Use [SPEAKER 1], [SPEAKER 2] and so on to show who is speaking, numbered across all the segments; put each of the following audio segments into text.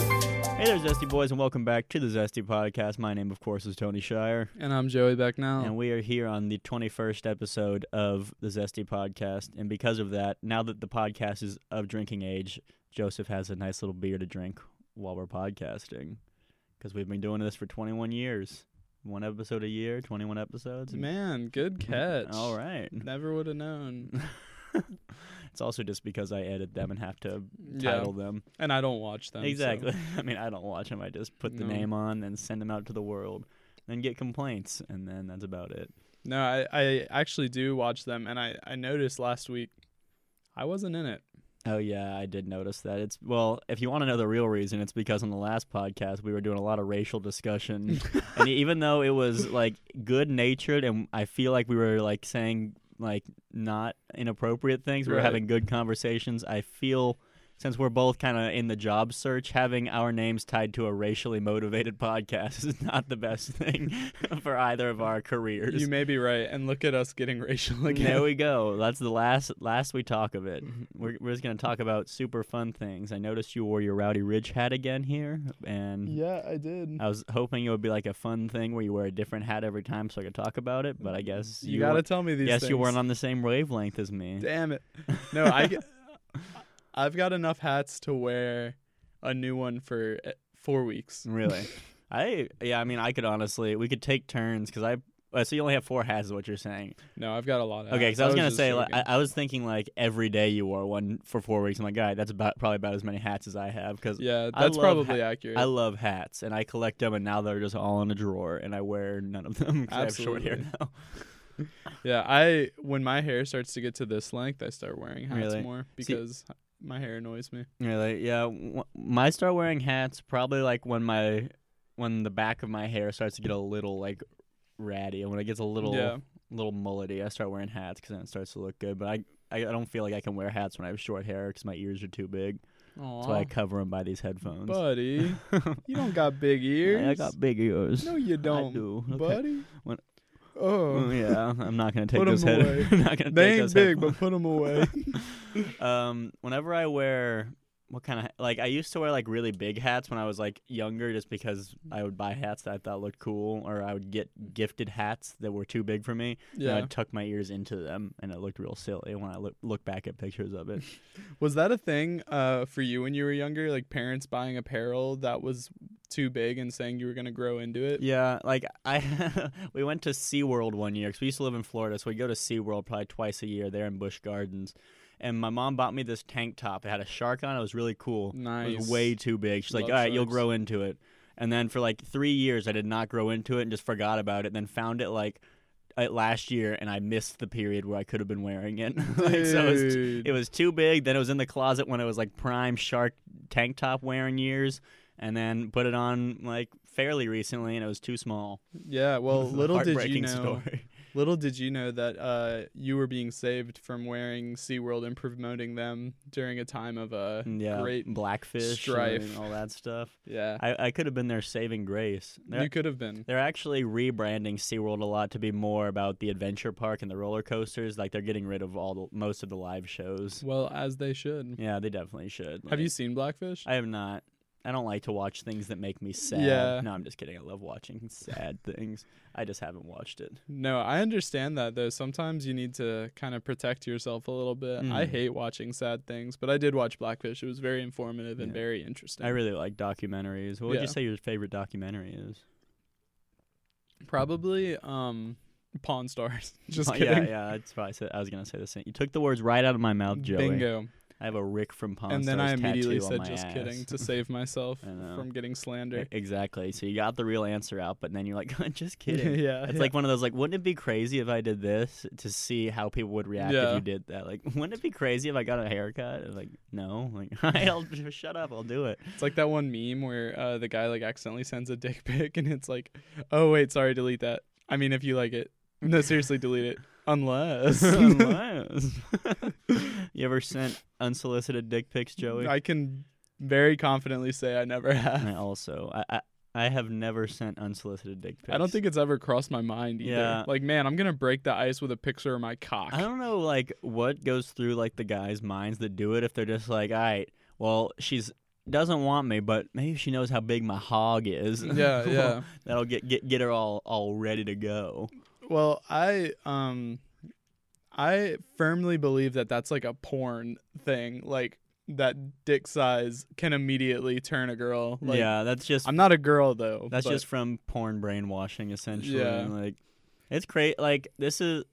[SPEAKER 1] Hey there, Zesty Boys, and welcome back to the Zesty Podcast. My name, of course, is Tony Shire,
[SPEAKER 2] And I'm Joey Becknell.
[SPEAKER 1] and we are here on the 21st episode of the Zesty Podcast. And because of that, now that the podcast is of drinking age, Joseph has a nice little beer to drink while we're podcasting because we've been doing this for 21 years. One episode a year, 21 episodes. and-
[SPEAKER 2] Man, good catch.
[SPEAKER 1] Mm-hmm. All right.
[SPEAKER 2] Never would have known.
[SPEAKER 1] It's also just because I edit them and have to
[SPEAKER 2] yeah.
[SPEAKER 1] title them.
[SPEAKER 2] And I don't watch them. so-
[SPEAKER 1] Exactly. I mean, I don't watch them. I just put the
[SPEAKER 2] No.
[SPEAKER 1] name on and send them out to the world, then get complaints, and then that's about it.
[SPEAKER 2] No, I, I actually do watch them. And I, I noticed last week I wasn't in it.
[SPEAKER 1] Oh yeah, I did notice that. It's well, if you want to know the real reason, it's because on the last podcast we were doing a lot of racial discussion, and even though it was like good natured, and I feel like we were like saying like not inappropriate things, we were
[SPEAKER 2] Right.
[SPEAKER 1] having good conversations. I feel. Since we're both kind of in the job search, having our names tied to a racially motivated podcast is not the best thing for either of our careers.
[SPEAKER 2] You may be right. And look at us getting racial again. Mm-hmm.
[SPEAKER 1] There we go. That's the last last we talk of it. We're, we're just gonna talk about super fun things. I noticed you wore your Rowdy Ridge hat again here, and
[SPEAKER 2] yeah, I did.
[SPEAKER 1] I was hoping it would be like a fun thing where you wear a different hat every time so I could talk about it. But I guess
[SPEAKER 2] Mm-hmm. you, got to
[SPEAKER 1] were-
[SPEAKER 2] tell me these
[SPEAKER 1] Yes,
[SPEAKER 2] things.
[SPEAKER 1] you weren't on the same wavelength as me.
[SPEAKER 2] Damn it. No, I, get- I've got enough hats to wear a new one for eh, four weeks.
[SPEAKER 1] Really? I yeah. I mean, I could honestly we could take turns because I. Uh, so you only have four hats, is what you're saying?
[SPEAKER 2] No, I've got a lot of
[SPEAKER 1] Okay,
[SPEAKER 2] hats.
[SPEAKER 1] because I was gonna
[SPEAKER 2] Uh, just
[SPEAKER 1] say, like,
[SPEAKER 2] joking.
[SPEAKER 1] I, I was thinking like every day you wore one for four weeks. I'm like, all right, that's about probably about as many hats as I have because
[SPEAKER 2] yeah,
[SPEAKER 1] I
[SPEAKER 2] that's
[SPEAKER 1] love ha-
[SPEAKER 2] probably accurate.
[SPEAKER 1] I love hats, and I collect them, and now they're just all in a drawer, and I wear none of them 'cause I have short hair now.
[SPEAKER 2] Yeah, I when my hair starts to get to this length, I start wearing hats
[SPEAKER 1] Really?
[SPEAKER 2] more because my hair annoys me.
[SPEAKER 1] Really? Yeah. W- my start wearing hats probably like when my when the back of my hair starts to get a little like ratty, and when it gets a little
[SPEAKER 2] Yeah.
[SPEAKER 1] little mullety, I start wearing hats because then it starts to look good. But I I I don't feel like I can wear hats when I have short hair because my ears are too big, so I
[SPEAKER 2] Aww,
[SPEAKER 1] cover them by these headphones.
[SPEAKER 2] buddy, you don't got big ears.
[SPEAKER 1] I got big ears.
[SPEAKER 2] no, you
[SPEAKER 1] I
[SPEAKER 2] don't,
[SPEAKER 1] do. Okay.
[SPEAKER 2] buddy.
[SPEAKER 1] When-
[SPEAKER 2] oh,
[SPEAKER 1] Oh, yeah, I'm not gonna take
[SPEAKER 2] Put
[SPEAKER 1] those
[SPEAKER 2] 'em
[SPEAKER 1] head.
[SPEAKER 2] away.
[SPEAKER 1] I'm not gonna take
[SPEAKER 2] they ain't
[SPEAKER 1] those
[SPEAKER 2] big,
[SPEAKER 1] headphones.
[SPEAKER 2] but put them away.
[SPEAKER 1] um, whenever I wear what kind of like I used to wear like really big hats when I was like younger, just because I would buy hats that I thought looked cool, or I would get gifted hats that were too big for me, and
[SPEAKER 2] yeah,
[SPEAKER 1] I'd tuck my ears into them, and it looked real silly when I look look back at pictures of it.
[SPEAKER 2] was that a thing uh, for you when you were younger? Like parents buying apparel that was too big and saying you were gonna grow into it.
[SPEAKER 1] yeah, like I we went to SeaWorld one year because we used to live in Florida, so we go to SeaWorld probably twice a year there in Busch Gardens. And my mom bought me this tank top. It had a shark on it. It was really cool.
[SPEAKER 2] Nice.
[SPEAKER 1] It was way too big. She's like,
[SPEAKER 2] Love
[SPEAKER 1] all right, you'll
[SPEAKER 2] sharks.
[SPEAKER 1] grow into it. And then for like three years, I did not grow into it and just forgot about it. Then found it like uh, last year, and I missed the period where I could have been wearing it. like, so it was,
[SPEAKER 2] Dude.
[SPEAKER 1] it was too big. Then it was in the closet when it was like prime shark tank top wearing years, and then put it on like fairly recently, and it was too small.
[SPEAKER 2] yeah. Well,
[SPEAKER 1] This is a
[SPEAKER 2] little did you
[SPEAKER 1] heartbreaking
[SPEAKER 2] know.
[SPEAKER 1] story.
[SPEAKER 2] Little did you know that uh, you were being saved from wearing SeaWorld and promoting them during a time of uh
[SPEAKER 1] Mm, yeah,
[SPEAKER 2] great
[SPEAKER 1] blackfish
[SPEAKER 2] strife.
[SPEAKER 1] and all that stuff.
[SPEAKER 2] yeah.
[SPEAKER 1] I, I could have been there saving grace. They're-
[SPEAKER 2] you could have been.
[SPEAKER 1] They're actually rebranding SeaWorld a lot to be more about the adventure park and the roller coasters. Like they're getting rid of all the most of the live shows.
[SPEAKER 2] Well, as they should.
[SPEAKER 1] Yeah, they definitely should.
[SPEAKER 2] Have you
[SPEAKER 1] Like,
[SPEAKER 2] seen Blackfish?
[SPEAKER 1] I have not. I don't like to watch things that make me sad.
[SPEAKER 2] Yeah.
[SPEAKER 1] No, I'm just kidding. I love watching sad things. I just haven't watched it.
[SPEAKER 2] no, I understand that though. Sometimes you need to kind of protect yourself a little bit. I
[SPEAKER 1] Mm.
[SPEAKER 2] hate watching sad things, but I did watch Blackfish. It was very informative and
[SPEAKER 1] Yeah.
[SPEAKER 2] very interesting.
[SPEAKER 1] I really like documentaries. What would you
[SPEAKER 2] Yeah.
[SPEAKER 1] say your favorite documentary is?
[SPEAKER 2] Probably um Pawn Stars. Just
[SPEAKER 1] Oh,
[SPEAKER 2] kidding.
[SPEAKER 1] Yeah, yeah. That's probably I was gonna say the same. You took the words right out of my mouth, Joey.
[SPEAKER 2] Bingo.
[SPEAKER 1] I have a Rick from Pawn
[SPEAKER 2] and then I
[SPEAKER 1] Stars
[SPEAKER 2] immediately
[SPEAKER 1] tattoo on
[SPEAKER 2] said
[SPEAKER 1] my
[SPEAKER 2] just
[SPEAKER 1] ass.
[SPEAKER 2] kidding to save myself
[SPEAKER 1] I know.
[SPEAKER 2] from getting
[SPEAKER 1] E-
[SPEAKER 2] slander.
[SPEAKER 1] Exactly. So you got the real answer out, but then you're like, just kidding.
[SPEAKER 2] yeah.
[SPEAKER 1] It's
[SPEAKER 2] yeah.
[SPEAKER 1] like one of those like, wouldn't it be crazy if I did this to see how people would react if
[SPEAKER 2] Yeah.
[SPEAKER 1] you did that? Like, wouldn't it be crazy if I got a haircut? And like, no. Like, I'll just shut up. I'll do it.
[SPEAKER 2] It's like that one meme where uh, the guy like accidentally sends a dick pic, and it's like, oh wait, sorry, delete that. I mean, if you like it, no, seriously, delete it. Unless,
[SPEAKER 1] Unless- you ever sent unsolicited dick pics, Joey?
[SPEAKER 2] I can very confidently say I never have.
[SPEAKER 1] I also, I, I, I have never sent unsolicited dick pics.
[SPEAKER 2] I don't think it's ever crossed my mind either.
[SPEAKER 1] Yeah.
[SPEAKER 2] Like, man, I'm gonna break the ice with a picture of my cock.
[SPEAKER 1] I don't know like what goes through like the guys' minds that do it if they're just like, all right, well, she's doesn't want me, but maybe if she knows how big my hog is.
[SPEAKER 2] Yeah, yeah.
[SPEAKER 1] That'll get, get get her all all ready to go.
[SPEAKER 2] Well, I um I firmly believe that that's like a porn thing, like that dick size can immediately turn a girl. Like,
[SPEAKER 1] yeah, that's just
[SPEAKER 2] I'm not a girl though.
[SPEAKER 1] that's
[SPEAKER 2] but-
[SPEAKER 1] just from porn brainwashing essentially.
[SPEAKER 2] Yeah.
[SPEAKER 1] and, Like it's great. Like this is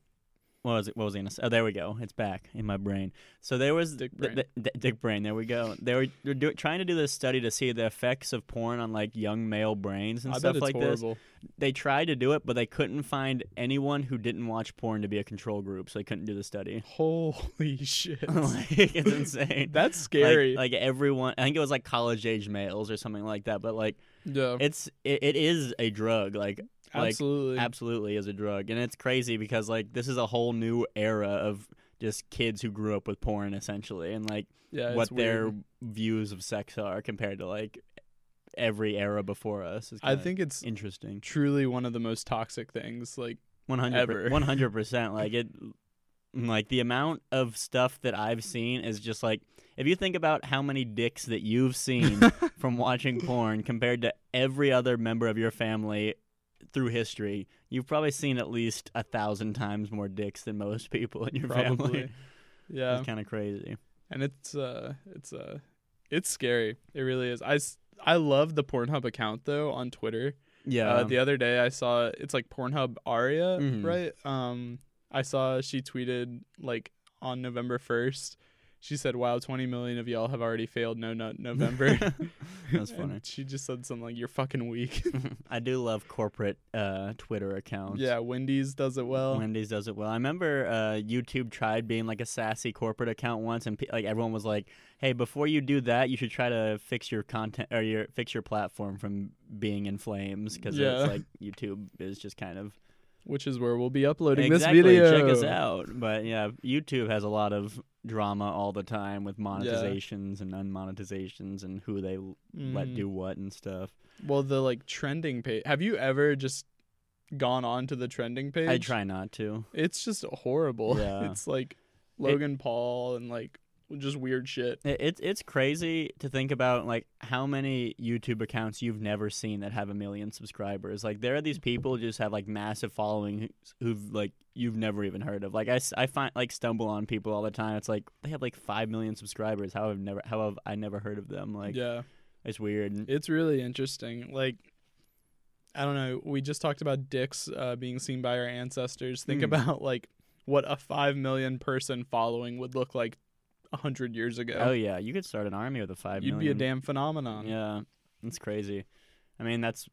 [SPEAKER 1] what was it? What was I gonna say? Oh, there we go. It's back in my brain. So there was
[SPEAKER 2] Dick
[SPEAKER 1] th- th- th- dick brain. There we go. They were, they were do, trying to do this study to see the effects of porn on like young male brains and
[SPEAKER 2] I
[SPEAKER 1] stuff
[SPEAKER 2] bet it's
[SPEAKER 1] like this.
[SPEAKER 2] horrible.
[SPEAKER 1] they tried to do it, but they couldn't find anyone who didn't watch porn to be a control group, so they couldn't do the study.
[SPEAKER 2] Holy shit.
[SPEAKER 1] like, it's insane.
[SPEAKER 2] that's
[SPEAKER 1] Like-
[SPEAKER 2] scary.
[SPEAKER 1] Like, everyone, I think it was like college age males or something like that. But like,
[SPEAKER 2] yeah.
[SPEAKER 1] it's it, it is a drug. Like, like
[SPEAKER 2] absolutely.
[SPEAKER 1] absolutely is a drug, and it's crazy because like this is a whole new era of just kids who grew up with porn essentially, and like
[SPEAKER 2] yeah, it's
[SPEAKER 1] what their
[SPEAKER 2] weird.
[SPEAKER 1] views of sex are compared to like every era before us. Is
[SPEAKER 2] I
[SPEAKER 1] kinda
[SPEAKER 2] think it's
[SPEAKER 1] interesting.
[SPEAKER 2] truly one of the most toxic things. Like
[SPEAKER 1] One
[SPEAKER 2] Ever.
[SPEAKER 1] hundred, one hundred percent. Like it, like the amount of stuff that I've seen is just like if you think about how many dicks that you've seen from watching porn compared to every other member of your family through history, you've probably seen at least a thousand times more dicks than most people in your
[SPEAKER 2] probably.
[SPEAKER 1] family.
[SPEAKER 2] Yeah.
[SPEAKER 1] It's kind of crazy.
[SPEAKER 2] and it's uh it's uh it's scary it really is i s- I love the pornhub account though on twitter
[SPEAKER 1] Yeah.
[SPEAKER 2] uh, the other day i saw it's like pornhub aria
[SPEAKER 1] Mhm.
[SPEAKER 2] right um i saw she tweeted like on november 1st she said wow 20 million of y'all have already failed no nut november
[SPEAKER 1] That's
[SPEAKER 2] And
[SPEAKER 1] funny.
[SPEAKER 2] she just said something like you're fucking weak
[SPEAKER 1] I do love corporate uh, Twitter accounts.
[SPEAKER 2] yeah wendy's does it well
[SPEAKER 1] Wendy's does it well. I remember uh, YouTube tried being like a sassy corporate account once, and pe- like everyone was like, "Hey, before you do that, you should try to fix your content or your fix your platform from being in flames because
[SPEAKER 2] Yeah.
[SPEAKER 1] it's like YouTube is just kind of
[SPEAKER 2] which is where we'll be uploading
[SPEAKER 1] exactly
[SPEAKER 2] this video
[SPEAKER 1] check us out." But yeah, YouTube has a lot of drama all the time with monetizations and unmonetizations and who they l let
[SPEAKER 2] Mm.
[SPEAKER 1] do what and stuff.
[SPEAKER 2] well the like trending page have you ever just gone on to the trending page
[SPEAKER 1] I try not to.
[SPEAKER 2] It's just horrible.
[SPEAKER 1] Yeah.
[SPEAKER 2] It's like Logan Paul and like just weird shit.
[SPEAKER 1] It, it's it's crazy to think about like how many YouTube accounts you've never seen that have a million subscribers. Like there are these people who just have like massive following who- who've like you've never even heard of. Like I, s- I find like stumble on people all the time. It's like they have like five million subscribers. How have never how have I never heard of them? Like
[SPEAKER 2] yeah.
[SPEAKER 1] it's weird.
[SPEAKER 2] It's really interesting. Like I don't know, we just talked about dicks uh, being seen by our ancestors. Think
[SPEAKER 1] Hmm.
[SPEAKER 2] about like what a 5 million person following would look like a 100 years
[SPEAKER 1] Oh
[SPEAKER 2] ago.
[SPEAKER 1] yeah, you could start an army with a five
[SPEAKER 2] You'd be a
[SPEAKER 1] million.
[SPEAKER 2] damn phenomenon.
[SPEAKER 1] Yeah, it's crazy. I mean, that's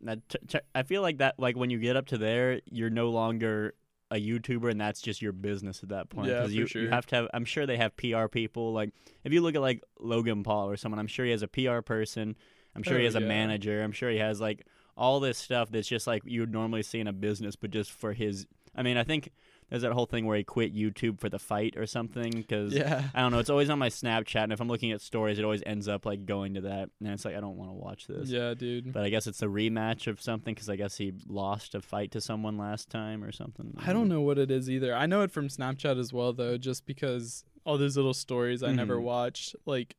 [SPEAKER 1] that. T- t- I feel like that. Like when you get up to there, you're no longer a YouTuber, and that's just your business at that point.
[SPEAKER 2] Yeah,
[SPEAKER 1] 'cause
[SPEAKER 2] for
[SPEAKER 1] you
[SPEAKER 2] sure.
[SPEAKER 1] you have to have. I'm sure they have PR people. Like if you look at like Logan Paul or someone, I'm sure he has a PR person. I'm sure
[SPEAKER 2] Oh,
[SPEAKER 1] he has a
[SPEAKER 2] yeah.
[SPEAKER 1] manager. I'm sure he has like all this stuff that's just like you would normally see in a business, but just for his. I mean, I think there's that whole thing where he quit YouTube for the fight or something because
[SPEAKER 2] Yeah.
[SPEAKER 1] I don't know. It's always on my Snapchat, and if I'm looking at stories, it always ends up like going to that, and it's like I don't want to watch this.
[SPEAKER 2] Yeah, dude.
[SPEAKER 1] But I guess it's a rematch of something because I guess he lost a fight to someone last time or something.
[SPEAKER 2] I don't know what it is either. I know it from Snapchat as well, though, just because all those little stories I never
[SPEAKER 1] Mhm.
[SPEAKER 2] watched, like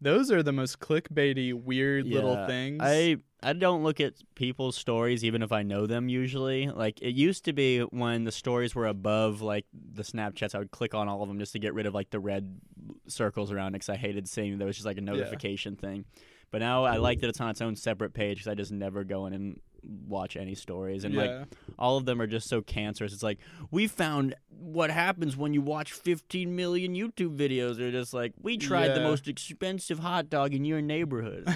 [SPEAKER 2] those are the most clickbaity, weird little
[SPEAKER 1] Yeah,
[SPEAKER 2] things.
[SPEAKER 1] I I don't look at people's stories even if I know them usually. Like it used to be when the stories were above like the Snapchats, I would click on all of them just to get rid of like the red circles around because I hated seeing there was just like a notification thing. But now I like that it's on its own separate page because I just never go in and watch any stories and like
[SPEAKER 2] yeah,
[SPEAKER 1] all of them are just so cancerous. It's like we found what happens when you watch 15 million YouTube videos. They're just like we tried the
[SPEAKER 2] Yeah.
[SPEAKER 1] most expensive hot dog in your neighborhood.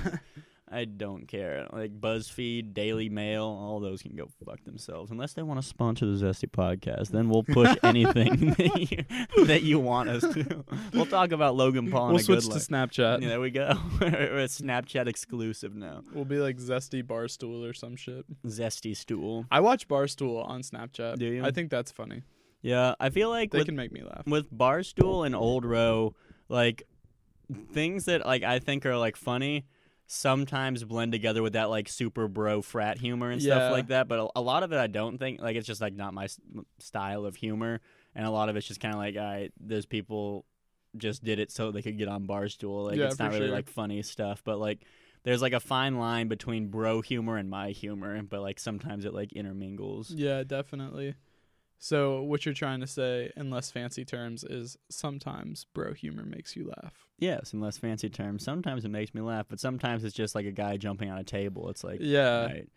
[SPEAKER 1] I don't care. Like BuzzFeed, Daily Mail, all those can go fuck themselves unless they want to sponsor the Zesty Podcast. Then we'll push anything that, you, that you want us to. We'll talk about Logan Paul. in
[SPEAKER 2] we'll
[SPEAKER 1] a good
[SPEAKER 2] switch to
[SPEAKER 1] light.
[SPEAKER 2] Snapchat.
[SPEAKER 1] Yeah, there we go. We're a Snapchat exclusive now.
[SPEAKER 2] We'll be like Zesty Barstool or some shit.
[SPEAKER 1] Zesty stool.
[SPEAKER 2] I watch Barstool on Snapchat.
[SPEAKER 1] Do you?
[SPEAKER 2] I think that's funny.
[SPEAKER 1] Yeah, I feel like
[SPEAKER 2] They
[SPEAKER 1] with
[SPEAKER 2] can make me laugh.
[SPEAKER 1] with Barstool and Old Row, like things that like I think are like funny sometimes blend together with that like super bro frat humor and
[SPEAKER 2] Yeah.
[SPEAKER 1] stuff like that. But a, a lot of it I don't think like it's just like not my s- style of humor, and a lot of it's just kind of like I there's people just did it so they could get on Barstool. Like
[SPEAKER 2] Yeah,
[SPEAKER 1] it's not
[SPEAKER 2] for
[SPEAKER 1] really
[SPEAKER 2] sure.
[SPEAKER 1] like funny stuff, but like there's like a fine line between bro humor and my humor, but like sometimes it like intermingles.
[SPEAKER 2] Yeah, definitely. So what you're trying to say, in less fancy terms, is sometimes bro humor makes you laugh.
[SPEAKER 1] Yes, in less fancy terms. Sometimes it makes me laugh, but sometimes it's just like a guy jumping on a table. It's like
[SPEAKER 2] Yeah,
[SPEAKER 1] right.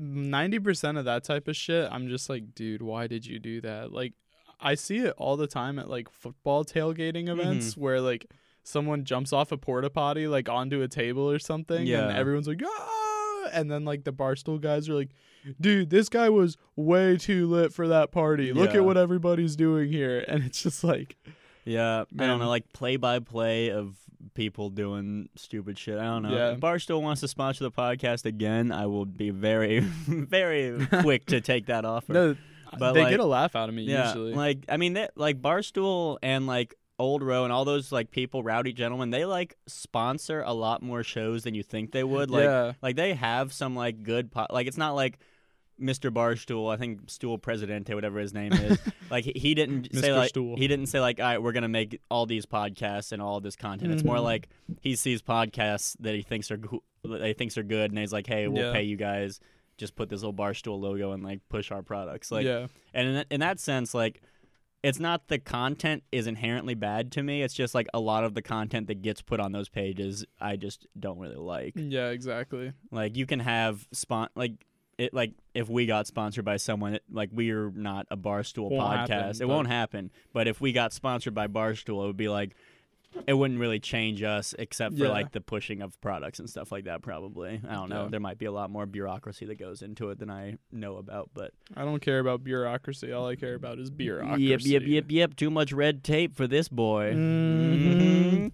[SPEAKER 2] ninety percent of that type of shit, I'm just like, dude, why did you do that? Like, I see it all the time at like football tailgating
[SPEAKER 1] Mm-hmm.
[SPEAKER 2] events where like someone jumps off a porta potty like onto a table or something,
[SPEAKER 1] Yeah.
[SPEAKER 2] and everyone's like, ah, and then like the barstool guys are like, dude, this guy was way too lit for that party. Look
[SPEAKER 1] Yeah.
[SPEAKER 2] at what everybody's doing here, and it's just like.
[SPEAKER 1] Yeah, I don't
[SPEAKER 2] Man.
[SPEAKER 1] know, like play by play of people doing stupid shit. I don't know.
[SPEAKER 2] Yeah.
[SPEAKER 1] If Barstool wants to sponsor the podcast again, I will be very, very quick to take that offer.
[SPEAKER 2] No,
[SPEAKER 1] But,
[SPEAKER 2] they
[SPEAKER 1] like-
[SPEAKER 2] get a laugh out of me usually.
[SPEAKER 1] like I mean, that like Barstool and like Old Row and all those like people, rowdy gentlemen, they like sponsor a lot more shows than you think they would. Like,
[SPEAKER 2] yeah,
[SPEAKER 1] like they have some like good, po- like it's not like. Mr. Barstool, I think Stool Presidente, whatever his name is, like he, he didn't say
[SPEAKER 2] Mr.
[SPEAKER 1] like
[SPEAKER 2] Stool.
[SPEAKER 1] he didn't say like all right, we're gonna make all these podcasts and all this content. It's more
[SPEAKER 2] Mhm.
[SPEAKER 1] like he sees podcasts that he thinks are goo- that he thinks are good, and he's like, hey, we'll
[SPEAKER 2] Yeah.
[SPEAKER 1] pay you guys, just put this little Barstool logo and like push our products. Like
[SPEAKER 2] yeah,
[SPEAKER 1] and in that, in that sense, like, it's not the content is inherently bad to me. It's just like a lot of the content that gets put on those pages, I just don't really like.
[SPEAKER 2] yeah, exactly.
[SPEAKER 1] Like, you can have spon like it like if we got sponsored by someone, it, like we're not a Barstool
[SPEAKER 2] Won't
[SPEAKER 1] podcast,
[SPEAKER 2] happen,
[SPEAKER 1] it
[SPEAKER 2] but-
[SPEAKER 1] won't happen. But if we got sponsored by Barstool, it would be like. It wouldn't really change us except for
[SPEAKER 2] Yeah.
[SPEAKER 1] like the pushing of products and stuff like that, probably. I don't know.
[SPEAKER 2] Yeah.
[SPEAKER 1] There might be a lot more bureaucracy that goes into it than I know about, but
[SPEAKER 2] I don't care about bureaucracy. All I care about is bureaucracy. Mm-hmm.
[SPEAKER 1] Yep, yep, yep, yep. Too much red tape for this boy. Mm-hmm.
[SPEAKER 2] Mhm.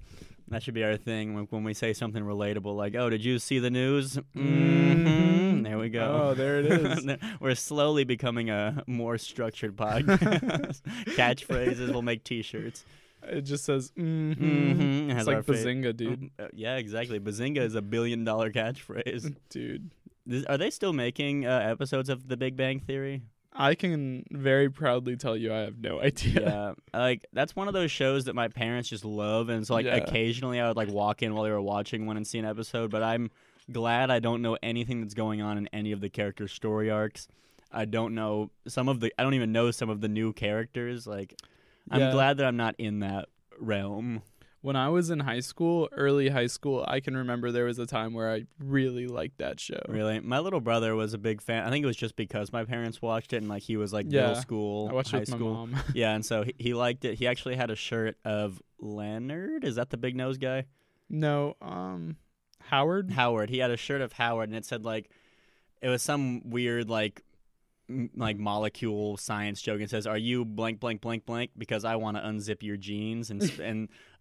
[SPEAKER 1] That should be our thing when- when we say something relatable, like, "Oh, did you see the news?" hmm
[SPEAKER 2] Mhm.
[SPEAKER 1] There we
[SPEAKER 2] Oh,
[SPEAKER 1] go.
[SPEAKER 2] there it is.
[SPEAKER 1] We're slowly becoming a more structured podcast. Catchphrases. We'll make T-shirts.
[SPEAKER 2] it just says, mm
[SPEAKER 1] Mhm, it has
[SPEAKER 2] it's like
[SPEAKER 1] our fa-
[SPEAKER 2] Bazinga, dude.
[SPEAKER 1] Uh, Yeah, exactly. Bazinga is a billion-dollar catchphrase.
[SPEAKER 2] Dude,
[SPEAKER 1] This- Are they still making uh, episodes of The Big Bang Theory?
[SPEAKER 2] I can very proudly tell you I have no idea.
[SPEAKER 1] yeah like that's one of those shows that my parents just love and so like
[SPEAKER 2] Yeah.
[SPEAKER 1] occasionally i would like walk in while they were watching one and see an episode but i'm glad i don't know anything that's going on in any of the character story arcs i don't know some of the i don't even know some of the new characters like i'm
[SPEAKER 2] Yeah.
[SPEAKER 1] glad that i'm not in that realm
[SPEAKER 2] When I was in high school, early high school, I can remember there was a time where I really liked that show.
[SPEAKER 1] really my little brother was a big fan i think it was just because my parents watched it and like he was like
[SPEAKER 2] Yeah.
[SPEAKER 1] middle school
[SPEAKER 2] I watched
[SPEAKER 1] high
[SPEAKER 2] it with my
[SPEAKER 1] school
[SPEAKER 2] mom.
[SPEAKER 1] yeah and so he, he liked it he actually had a shirt of leonard is that the big nose guy
[SPEAKER 2] no, um, Howard.
[SPEAKER 1] Howard. He had a shirt of Howard, and it said like, it was some weird like, m- like molecule science joke. It says, "Are you blank blank blank blank?" Because I want to unzip your jeans, and sp- and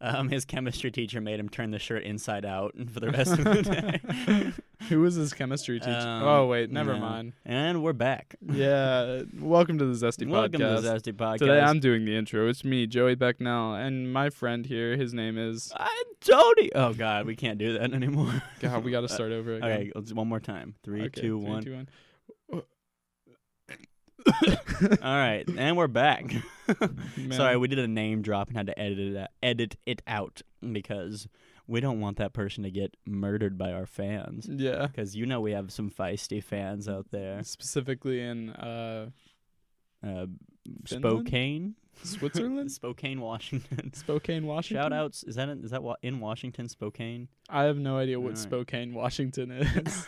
[SPEAKER 1] um, his chemistry teacher made him turn the shirt inside out for the rest of the day.
[SPEAKER 2] Who was his chemistry teacher?
[SPEAKER 1] Um,
[SPEAKER 2] oh wait, never
[SPEAKER 1] no.
[SPEAKER 2] mind.
[SPEAKER 1] and we're back.
[SPEAKER 2] Yeah, welcome to the Zesty
[SPEAKER 1] Welcome
[SPEAKER 2] Podcast.
[SPEAKER 1] to the Zesty Podcast.
[SPEAKER 2] Today I'm doing the intro. It's me, Joey Becknell, and my friend here. His name is
[SPEAKER 1] I'm Tony. Oh God, we can't do that anymore. Uh,
[SPEAKER 2] God. We got to start over again.
[SPEAKER 1] Okay, let's one more time. Three,
[SPEAKER 2] Okay,
[SPEAKER 1] two, one.
[SPEAKER 2] three, two, one.
[SPEAKER 1] All right, and we're back.
[SPEAKER 2] Man.
[SPEAKER 1] Sorry, we did a name drop and had to edit it out, edit it out because we don't want that person to get murdered by our fans.
[SPEAKER 2] Yeah,
[SPEAKER 1] Because you know we have some feisty fans out there.
[SPEAKER 2] specifically in uh,
[SPEAKER 1] Uh,
[SPEAKER 2] Finland?
[SPEAKER 1] Spokane,
[SPEAKER 2] Switzerland,
[SPEAKER 1] Spokane, Washington.
[SPEAKER 2] Spokane, Washington.
[SPEAKER 1] Shout outs. Is that in, is that wa- in Washington? Spokane
[SPEAKER 2] I have no idea what
[SPEAKER 1] Alright.
[SPEAKER 2] Spokane, Washington is.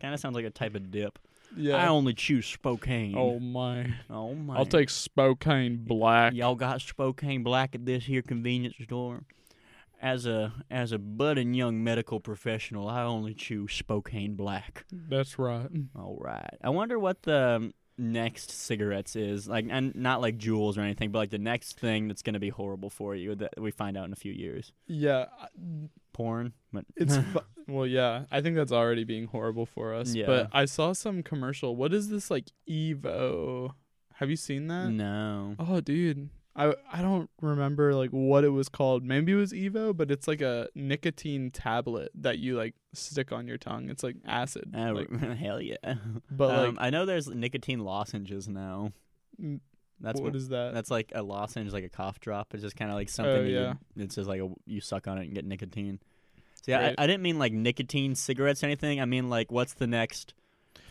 [SPEAKER 1] kind of sounds like a type of dip. I
[SPEAKER 2] yeah.
[SPEAKER 1] only choose Spokane.
[SPEAKER 2] Oh my.
[SPEAKER 1] oh my!
[SPEAKER 2] I'll take Spokane Black.
[SPEAKER 1] Y'all got Spokane Black at this here convenience store. As a as a budding young medical professional, I only choose Spokane Black.
[SPEAKER 2] That's right.
[SPEAKER 1] All right. I wonder what the um, next cigarettes is like, and not like Juuls or anything, but like the next thing that's gonna be horrible for you that we find out in a few years.
[SPEAKER 2] Yeah, I-
[SPEAKER 1] Porn. But
[SPEAKER 2] It's fu- well, yeah. I think that's already being horrible for us.
[SPEAKER 1] Yeah.
[SPEAKER 2] But I saw some commercial. What is this like Evo? Have you seen that?
[SPEAKER 1] no.
[SPEAKER 2] Oh, dude. I I don't remember like what it was called. Maybe it was Evo, but it's like a nicotine tablet that you like stick on your tongue. It's like acid.
[SPEAKER 1] Oh, um,
[SPEAKER 2] like,
[SPEAKER 1] hell yeah.
[SPEAKER 2] but
[SPEAKER 1] um, I know there's nicotine lozenges now.
[SPEAKER 2] like
[SPEAKER 1] That's
[SPEAKER 2] what
[SPEAKER 1] what
[SPEAKER 2] is that? Oh,
[SPEAKER 1] that's like a lozenge, like a cough drop. It's just kind of like something. that
[SPEAKER 2] yeah.
[SPEAKER 1] you, it's just like a, you suck on it and get nicotine. So yeah,
[SPEAKER 2] Right.
[SPEAKER 1] I, I didn't mean like nicotine cigarettes or anything. I mean like what's the next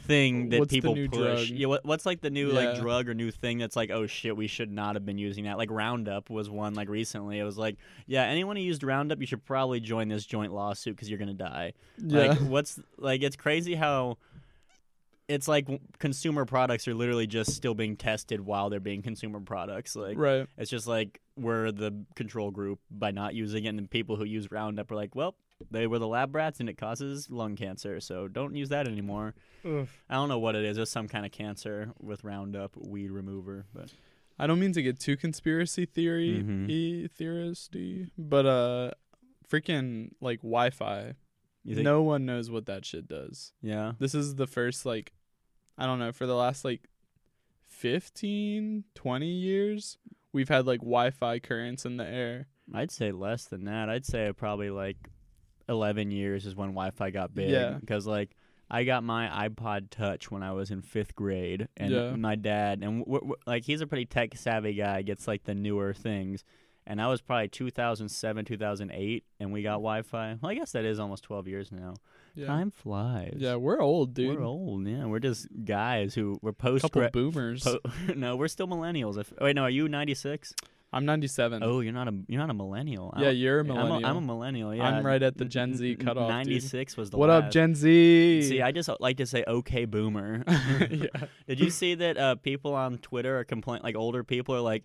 [SPEAKER 1] thing that
[SPEAKER 2] What's the
[SPEAKER 1] people
[SPEAKER 2] new
[SPEAKER 1] push?
[SPEAKER 2] drug?
[SPEAKER 1] Yeah, what, what's like the new like
[SPEAKER 2] Yeah.
[SPEAKER 1] drug or new thing that's like oh shit, we should not have been using that. Like Roundup was one like recently. It was like yeah, anyone who used Roundup, you should probably join this joint lawsuit because you're gonna die.
[SPEAKER 2] yeah.
[SPEAKER 1] Like what's like it's crazy how it's like w- consumer products are literally just still being tested while they're being consumer products. Like
[SPEAKER 2] right.
[SPEAKER 1] it's just like we're the control group by not using it and the people who use Roundup are like, "Well, they were the lab rats and it causes lung cancer, so don't use that anymore." I don't know what it is. It's some kind of cancer with Roundup weed remover, but
[SPEAKER 2] I don't mean to get too conspiracy theory
[SPEAKER 1] Mhm.
[SPEAKER 2] e theoristy, but uh freaking like Wi-Fi.
[SPEAKER 1] you think
[SPEAKER 2] no one knows what that shit does.
[SPEAKER 1] yeah.
[SPEAKER 2] This is the first like I don't know, for the last like 15, 20 years, we've had like Wi-Fi currents in the air.
[SPEAKER 1] I'd say less than that. I'd say probably like 11 years is when Wi-Fi got big.
[SPEAKER 2] Yeah.
[SPEAKER 1] Because like I got my iPod Touch when I was in fifth grade, and
[SPEAKER 2] Yeah.
[SPEAKER 1] my dad and w- w- like he's a pretty tech savvy guy. Gets like the newer things, and I was probably 2007, 2008, and we got Wi-Fi. Well, I guess that is almost 12 years now.
[SPEAKER 2] Yeah.
[SPEAKER 1] Time flies.
[SPEAKER 2] Yeah, we're old, dude.
[SPEAKER 1] We're old. Yeah, we're just guys who we're post.
[SPEAKER 2] couple boomers.
[SPEAKER 1] Po- no, we're still millennials. If, wait, no, are you 96?
[SPEAKER 2] I'm 97.
[SPEAKER 1] Oh, you're not a you're not a millennial. I
[SPEAKER 2] yeah,
[SPEAKER 1] don't-
[SPEAKER 2] you're a
[SPEAKER 1] yeah, I'm
[SPEAKER 2] millennial.
[SPEAKER 1] I'm a millennial. Yeah,
[SPEAKER 2] I'm right at the Gen
[SPEAKER 1] N-
[SPEAKER 2] Z
[SPEAKER 1] n- n-
[SPEAKER 2] cutoff, dude.
[SPEAKER 1] Ninety-six was the
[SPEAKER 2] what up,
[SPEAKER 1] last.
[SPEAKER 2] Gen Z?
[SPEAKER 1] See, I just like to say "okay, boomer."
[SPEAKER 2] yeah.
[SPEAKER 1] Did you see that uh, people on Twitter are complaining? Like older people are like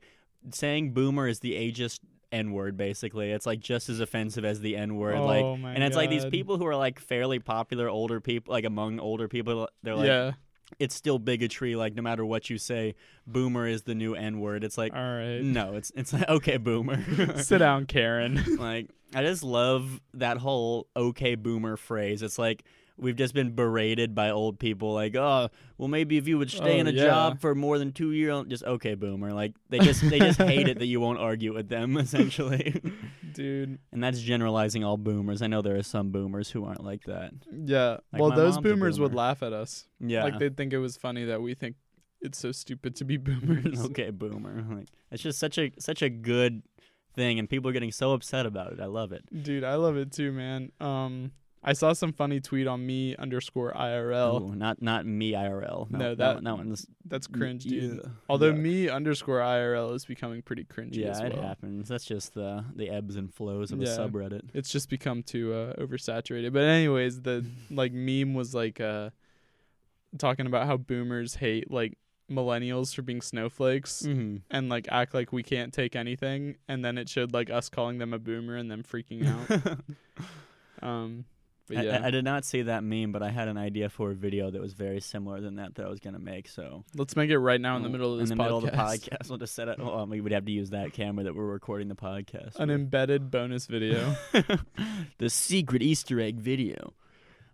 [SPEAKER 1] saying "boomer" is the ageist N word. Basically, it's like just as offensive as the N word. like,
[SPEAKER 2] Oh my
[SPEAKER 1] and it's like these
[SPEAKER 2] God.
[SPEAKER 1] people who are like fairly popular older people, like among older people, they're like,
[SPEAKER 2] yeah.
[SPEAKER 1] it's still bigotry. Like no matter what you say, "boomer" is the new N word. It's like.
[SPEAKER 2] All right.
[SPEAKER 1] No, it's it's like okay, boomer.
[SPEAKER 2] Sit down, Karen.
[SPEAKER 1] like I just love that whole okay boomer phrase. It's like we've just been berated by old people like, "Oh, well maybe if you would stay
[SPEAKER 2] Oh,
[SPEAKER 1] in a
[SPEAKER 2] yeah.
[SPEAKER 1] job for more than 2 years, just okay boomer." Like they just they just hate it that you won't argue with them essentially.
[SPEAKER 2] Dude.
[SPEAKER 1] and that's generalizing all boomers. I know there are some boomers who aren't like that.
[SPEAKER 2] Yeah.
[SPEAKER 1] Like,
[SPEAKER 2] well,
[SPEAKER 1] my
[SPEAKER 2] those
[SPEAKER 1] mom's a
[SPEAKER 2] boomers would
[SPEAKER 1] boomer.
[SPEAKER 2] laugh at us.
[SPEAKER 1] Yeah.
[SPEAKER 2] Like they'd think it was funny that we think it's so stupid to be boomers.
[SPEAKER 1] okay boomer. Like it's just such a such a good thing and people are getting so upset about it. I love it.
[SPEAKER 2] Dude, I love it too, man. Um I saw some funny tweet on me underscore IRL.
[SPEAKER 1] Ooh, not not me IRL.
[SPEAKER 2] No,
[SPEAKER 1] that
[SPEAKER 2] that-
[SPEAKER 1] one- that one's e-,
[SPEAKER 2] That's cringe, dude.
[SPEAKER 1] Yeah.
[SPEAKER 2] Although
[SPEAKER 1] Yuck.
[SPEAKER 2] me underscore IRL is becoming pretty cringy
[SPEAKER 1] Yeah,
[SPEAKER 2] as
[SPEAKER 1] it
[SPEAKER 2] well.
[SPEAKER 1] happens. That's just the the ebbs and flows of a
[SPEAKER 2] Yeah.
[SPEAKER 1] subreddit.
[SPEAKER 2] it's just become too uh, oversaturated. But anyways, the like meme was like uh talking about how boomers hate like millennials for being snowflakes
[SPEAKER 1] Mm-hmm.
[SPEAKER 2] and like act like we can't take anything and then it showed like us calling them a boomer and them freaking out. um but yeah.
[SPEAKER 1] I, I did not see that meme, but I had an idea for a video that was very similar than that that I was gonna make. So
[SPEAKER 2] Let's make it right now in the middle of this
[SPEAKER 1] Mm, in the
[SPEAKER 2] podcast.
[SPEAKER 1] middle of the podcast, we'll just set up. Well, we would have to use that camera that we're recording the podcast.
[SPEAKER 2] An
[SPEAKER 1] with.
[SPEAKER 2] embedded bonus video.
[SPEAKER 1] the secret Easter egg video.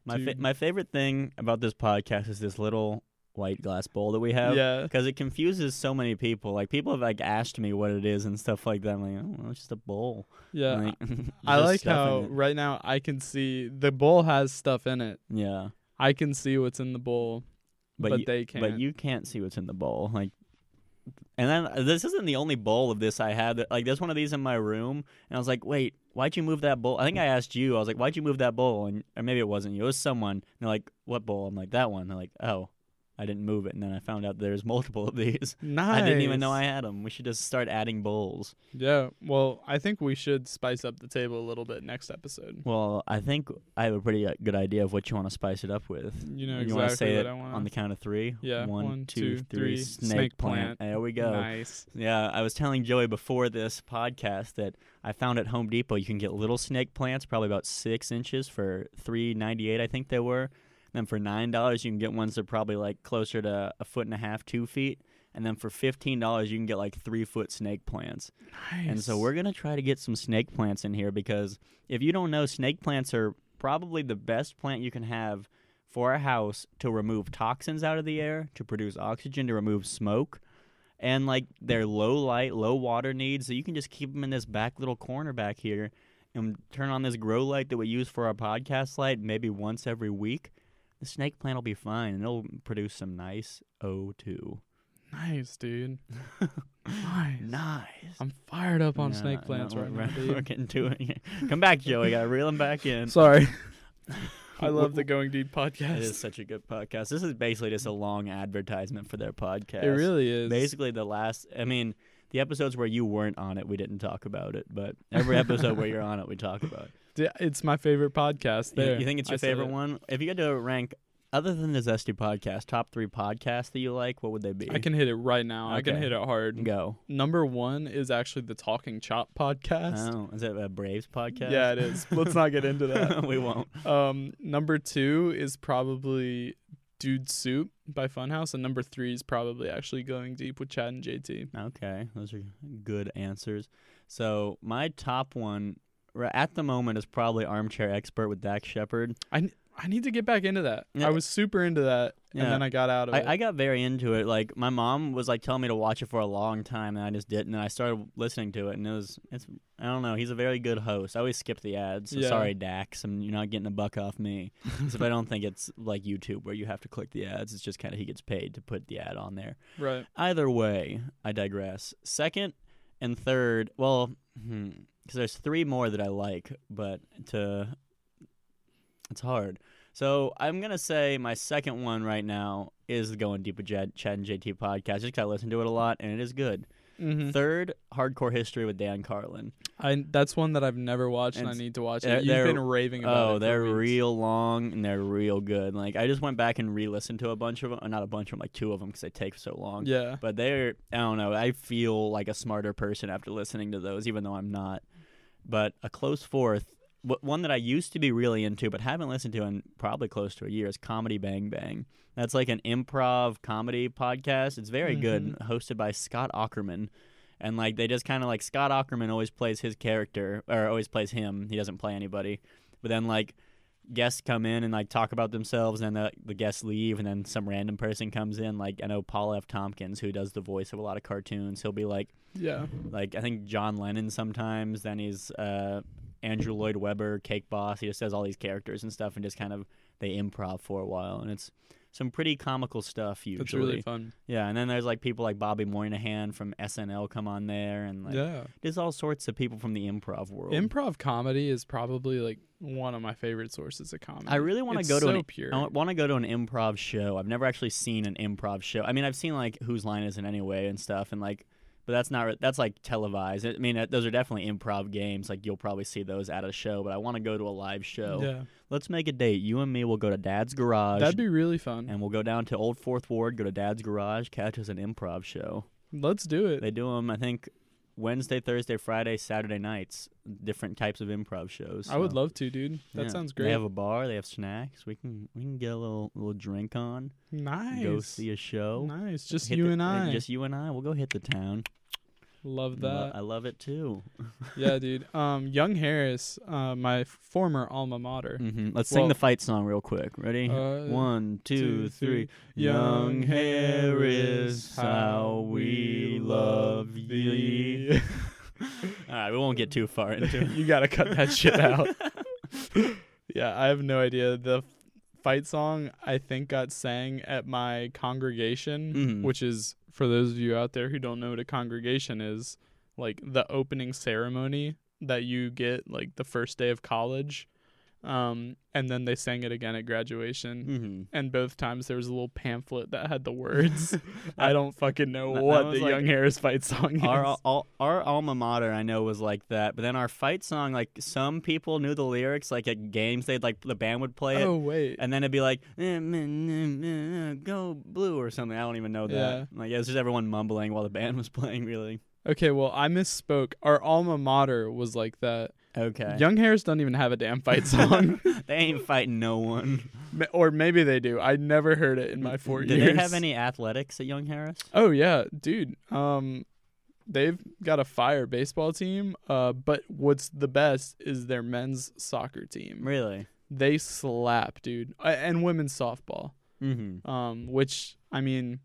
[SPEAKER 1] My fa-
[SPEAKER 2] Dude.
[SPEAKER 1] my favorite thing about this podcast is this little white glass bowl that we have.
[SPEAKER 2] yeah.
[SPEAKER 1] because it confuses so many people. Like people have like asked me what it is and stuff like that. I'm like, oh, well, it's just a bowl.
[SPEAKER 2] Yeah.
[SPEAKER 1] Like,
[SPEAKER 2] I
[SPEAKER 1] just
[SPEAKER 2] like
[SPEAKER 1] stuff
[SPEAKER 2] how
[SPEAKER 1] in it.
[SPEAKER 2] right now I can see the bowl has stuff in it.
[SPEAKER 1] Yeah,
[SPEAKER 2] I can see what's in the bowl,
[SPEAKER 1] but
[SPEAKER 2] but,
[SPEAKER 1] you,
[SPEAKER 2] they can't.
[SPEAKER 1] but you can't see what's in the bowl. Like, and then uh, this isn't the only bowl of this I have. That, like, there's one of these in my room, and I was like, wait, why'd you move that bowl? I think I asked you. I was like, why'd you move that bowl? And or maybe it wasn't you. It was someone. And they're like, what bowl? I'm like, that one. They're like, oh. I didn't move it, and then I found out there's multiple of these.
[SPEAKER 2] nice.
[SPEAKER 1] I didn't even know I had them. We should just start adding bowls.
[SPEAKER 2] Yeah. Well, I think we should spice up the table a little bit next episode.
[SPEAKER 1] Well, I think I have a pretty uh, good idea of what you want to spice it up with.
[SPEAKER 2] You know
[SPEAKER 1] you
[SPEAKER 2] exactly
[SPEAKER 1] want to say
[SPEAKER 2] what
[SPEAKER 1] it
[SPEAKER 2] I want.
[SPEAKER 1] on the count of three?
[SPEAKER 2] Yeah,
[SPEAKER 1] One, two, three. Snake, plant. There we go.
[SPEAKER 2] Nice.
[SPEAKER 1] Yeah, I was telling Joey before this podcast that I found at Home Depot you can get little snake plants, probably about six inches for three ninety eight, I think they were. then for nine dollars you can get ones that are probably like closer to a foot and a half, two feet. And then for fifteen dollars you can get like three foot snake plants.
[SPEAKER 2] Nice.
[SPEAKER 1] And so we're going to try to get some snake plants in here because if you don't know, snake plants are probably the best plant you can have for a house to remove toxins out of the air, to produce oxygen, to remove smoke. And like they're low light, low water needs. So you can just keep them in this back little corner back here and turn on this grow light that we use for our podcast light maybe once every week. The snake plant will be fine and it'll produce some nice O2.
[SPEAKER 2] Nice, dude. Nice.
[SPEAKER 1] nice.
[SPEAKER 2] I'm fired up on
[SPEAKER 1] No,
[SPEAKER 2] snake
[SPEAKER 1] no,
[SPEAKER 2] plants
[SPEAKER 1] we're,
[SPEAKER 2] right
[SPEAKER 1] we're,
[SPEAKER 2] now, dude.
[SPEAKER 1] We're getting to it. here. Come back, Joey. Gotta reel him back in.
[SPEAKER 2] Sorry. I love the Going Deep podcast.
[SPEAKER 1] It is such a good podcast. This is basically just a long advertisement for their podcast.
[SPEAKER 2] It really is.
[SPEAKER 1] Basically, the last, I mean, the episodes where you weren't on it, we didn't talk about it. But every episode where you're on it, we talk about it.
[SPEAKER 2] D- It's my favorite podcast.
[SPEAKER 1] You-
[SPEAKER 2] There.
[SPEAKER 1] You, think it's
[SPEAKER 2] I
[SPEAKER 1] your
[SPEAKER 2] said
[SPEAKER 1] favorite
[SPEAKER 2] it.
[SPEAKER 1] one? If you had to rank, other than the Zesty podcast, top three podcasts that you like, what would they be?
[SPEAKER 2] I can hit it right now. I can
[SPEAKER 1] Okay.
[SPEAKER 2] hit it hard.
[SPEAKER 1] go.
[SPEAKER 2] Number one is actually the Talking Chop podcast.
[SPEAKER 1] Oh, is it a Braves podcast?
[SPEAKER 2] Yeah, it is. Let's not get into that.
[SPEAKER 1] we won't.
[SPEAKER 2] Um, number two is probably Dude Soup by Funhouse, and number three is probably actually Going Deep with Chad and JT.
[SPEAKER 1] Okay, those are good answers. So my top one r- at the moment is probably Armchair Expert with Dax Shepard.
[SPEAKER 2] I need to get back into that.
[SPEAKER 1] Yeah.
[SPEAKER 2] I was super into that,
[SPEAKER 1] Yeah.
[SPEAKER 2] and then I got out of it.
[SPEAKER 1] I, I got very into it. Like my mom was like telling me to watch it for a long time, and I just didn't. And I started listening to it, and it was it's I don't know. He's a very good host. I always skip the ads. So
[SPEAKER 2] Yeah.
[SPEAKER 1] sorry, Dax, I'm, you're not getting a buck off me. so I don't think it's like YouTube where you have to click the ads. It's just kind of he gets paid to put the ad on there.
[SPEAKER 2] right.
[SPEAKER 1] Either way, I digress. Second and third, well, because there's three more that I like, but to it's hard. So I'm gonna say my second one right now is the Going Deep with Jad, Chad and JT podcast. Just 'cause I listen to it a lot, and it is good.
[SPEAKER 2] hmm
[SPEAKER 1] Third, Hardcore History with Dan Carlin.
[SPEAKER 2] I that's one that I've never watched, and I
[SPEAKER 1] It's-
[SPEAKER 2] need to watch
[SPEAKER 1] they're-
[SPEAKER 2] it.
[SPEAKER 1] they're-
[SPEAKER 2] You've been raving about it.
[SPEAKER 1] Oh,
[SPEAKER 2] for
[SPEAKER 1] they're
[SPEAKER 2] weeks.
[SPEAKER 1] real long and they're real good. Like I just went back and re-listened to a bunch of them, not a bunch of them, like two of them, because they take so long.
[SPEAKER 2] Yeah.
[SPEAKER 1] but they're I don't know. I feel like a smarter person after listening to those, even though I'm not. But a close fourth, wh- one that I used to be really into, but haven't listened to in probably close to a year, is Comedy Bang Bang. That's like an improv comedy podcast. It's very good, hosted by Scott Ackerman. And like they just kind of like Scott Ackerman always plays his character or always plays him. He doesn't play anybody. But then like guests come in and like talk about themselves and then the, the guests leave and then some random person comes in like i know paul f tompkins who does the voice of a lot of cartoons he'll be like
[SPEAKER 2] Yeah.
[SPEAKER 1] like i think john lennon sometimes then he's uh andrew lloyd webber cake boss he just does all these characters and stuff and just kind of they improv for a while and it's some pretty comical stuff usually
[SPEAKER 2] That's really fun.
[SPEAKER 1] yeah and then there's like people like bobby moynihan from snl come on there and like
[SPEAKER 2] yeah.
[SPEAKER 1] there's all sorts of people from the improv world
[SPEAKER 2] Improv comedy is probably like one of my favorite sources of comedy.
[SPEAKER 1] I really wanna
[SPEAKER 2] It's
[SPEAKER 1] go to
[SPEAKER 2] so
[SPEAKER 1] an-
[SPEAKER 2] pure.
[SPEAKER 1] I want to go to an improv show. I've never actually seen an improv show. I mean, I've seen like Whose Line Is It Anyway and stuff, and like, but that's not re- that's like televised. I mean, that, those are definitely improv games. Like you'll probably see those at a show, but I want to go to a live show.
[SPEAKER 2] yeah,
[SPEAKER 1] Let's make a date. You and me will go to Dad's Garage,
[SPEAKER 2] that'd be really fun.
[SPEAKER 1] and we'll go down to Old Fourth Ward, go to Dad's Garage, catch us an improv show.
[SPEAKER 2] Let's do it.
[SPEAKER 1] They do them, I think, Wednesday, Thursday, Friday, Saturday nights. Different types of improv shows.
[SPEAKER 2] I would
[SPEAKER 1] so-
[SPEAKER 2] love to, dude. That
[SPEAKER 1] yeah.
[SPEAKER 2] sounds
[SPEAKER 1] They
[SPEAKER 2] great.
[SPEAKER 1] have a bar. They have snacks. We can we can get a little little drink on.
[SPEAKER 2] nice.
[SPEAKER 1] Go see a show.
[SPEAKER 2] Nice. Just
[SPEAKER 1] Hit
[SPEAKER 2] you
[SPEAKER 1] the-
[SPEAKER 2] and I.
[SPEAKER 1] Just you and I. We'll go hit the town.
[SPEAKER 2] love
[SPEAKER 1] Lo-
[SPEAKER 2] that.
[SPEAKER 1] I love it too.
[SPEAKER 2] yeah, dude. Um, Young Harris, uh, my former alma mater.
[SPEAKER 1] hmm Let's sing
[SPEAKER 2] Mm-hmm. Well-
[SPEAKER 1] the fight song real quick. Ready?
[SPEAKER 2] Uh,
[SPEAKER 1] One, two, three.
[SPEAKER 2] two, three.
[SPEAKER 1] Young Harris, how we love thee. All right, we won't get too far into it.
[SPEAKER 2] you gotta cut that shit out. yeah, I have no idea. The f- fight song I think got sang at my congregation,
[SPEAKER 1] Mhm.
[SPEAKER 2] which is for those of you out there who don't know what a congregation is, like the opening ceremony that you get like the first day of college. Um, and then they sang it again at graduation.
[SPEAKER 1] hmm
[SPEAKER 2] And both times there was a little pamphlet that had the words. I don't fucking know
[SPEAKER 1] That- that
[SPEAKER 2] what
[SPEAKER 1] was
[SPEAKER 2] the
[SPEAKER 1] like-
[SPEAKER 2] Young Harris fight song is.
[SPEAKER 1] our al- al- our alma mater I know was like that, but then our fight song like some people knew the lyrics like at games they'd like the band would play it
[SPEAKER 2] oh wait.
[SPEAKER 1] and then it'd be like "Eh, meh, meh, meh, go blue or something I don't even know that like it was just everyone mumbling while the band was playing really
[SPEAKER 2] Okay, well, I misspoke. Our alma mater was like that.
[SPEAKER 1] okay
[SPEAKER 2] Young Harris doesn't even have a damn fight song,
[SPEAKER 1] they ain't fighting no one
[SPEAKER 2] Ma- or maybe they do. I never heard it in my four
[SPEAKER 1] did
[SPEAKER 2] years.
[SPEAKER 1] they have any athletics at Young Harris
[SPEAKER 2] Oh yeah, dude. Um, they've got a fire baseball team. Uh, but what's the best is their men's soccer team.
[SPEAKER 1] really
[SPEAKER 2] They slap, dude, A- and women's softball.
[SPEAKER 1] mm-hmm
[SPEAKER 2] Um, which I mean,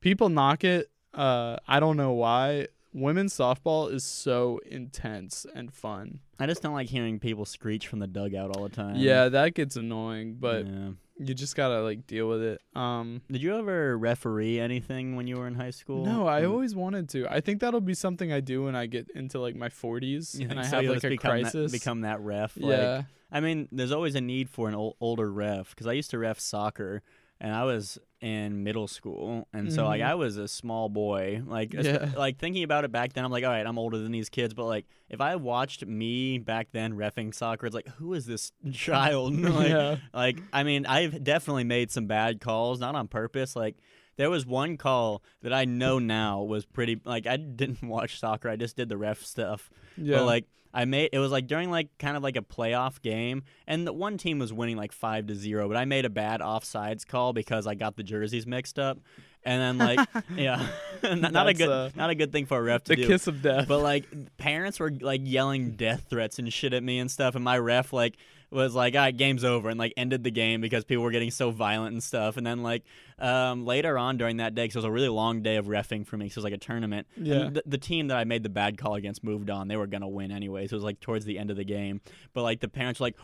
[SPEAKER 2] people knock it. Uh, I don't know why. Women's softball is so intense and fun.
[SPEAKER 1] I just don't like hearing people screech from the dugout all the time
[SPEAKER 2] Yeah, that gets annoying, but
[SPEAKER 1] Yeah.
[SPEAKER 2] you just gotta like deal with it. Um,
[SPEAKER 1] Did you ever referee anything when you were in high school?
[SPEAKER 2] No, I
[SPEAKER 1] Mm.
[SPEAKER 2] always wanted to. I think that'll be something I do when I get into like my 40s
[SPEAKER 1] You
[SPEAKER 2] and
[SPEAKER 1] think
[SPEAKER 2] I
[SPEAKER 1] so?
[SPEAKER 2] have
[SPEAKER 1] You'll
[SPEAKER 2] like
[SPEAKER 1] just
[SPEAKER 2] a
[SPEAKER 1] become that-
[SPEAKER 2] crisis.
[SPEAKER 1] become that ref. Like,
[SPEAKER 2] yeah,
[SPEAKER 1] I mean, there's always a need for an ol- older ref because I used to ref soccer and I was in middle school, and so like
[SPEAKER 2] Mhm.
[SPEAKER 1] I was a small boy. Like, es-
[SPEAKER 2] Yeah.
[SPEAKER 1] like thinking about it back then, I'm like, all right, I'm older than these kids, but like if I watched me back then refing soccer, it's like, who is this child? like,
[SPEAKER 2] yeah,
[SPEAKER 1] like, I mean, I've definitely made some bad calls, not on purpose. Like, there was one call that I know now was pretty. Like, I didn't watch soccer; I just did the ref stuff.
[SPEAKER 2] yeah.
[SPEAKER 1] But like I made it was like during like kind of like a playoff game and the one team was winning like 5 to 0 but I made a bad offsides call because I got the jerseys mixed up and then like yeah not, not a
[SPEAKER 2] That's,
[SPEAKER 1] good
[SPEAKER 2] uh,
[SPEAKER 1] not a good thing for a ref to
[SPEAKER 2] the
[SPEAKER 1] do.
[SPEAKER 2] kiss of death.
[SPEAKER 1] But like parents were like yelling death threats and shit at me and stuff, and my ref like was like, "All right, game's over," and like ended the game because people were getting so violent and stuff. And then like um, later on during that day, because it was a really long day of refing for me, because it was like a tournament. and
[SPEAKER 2] Yeah.
[SPEAKER 1] th- the team that I made the bad call against moved on; they were gonna win anyways. It was like towards the end of the game, but like the parents were like.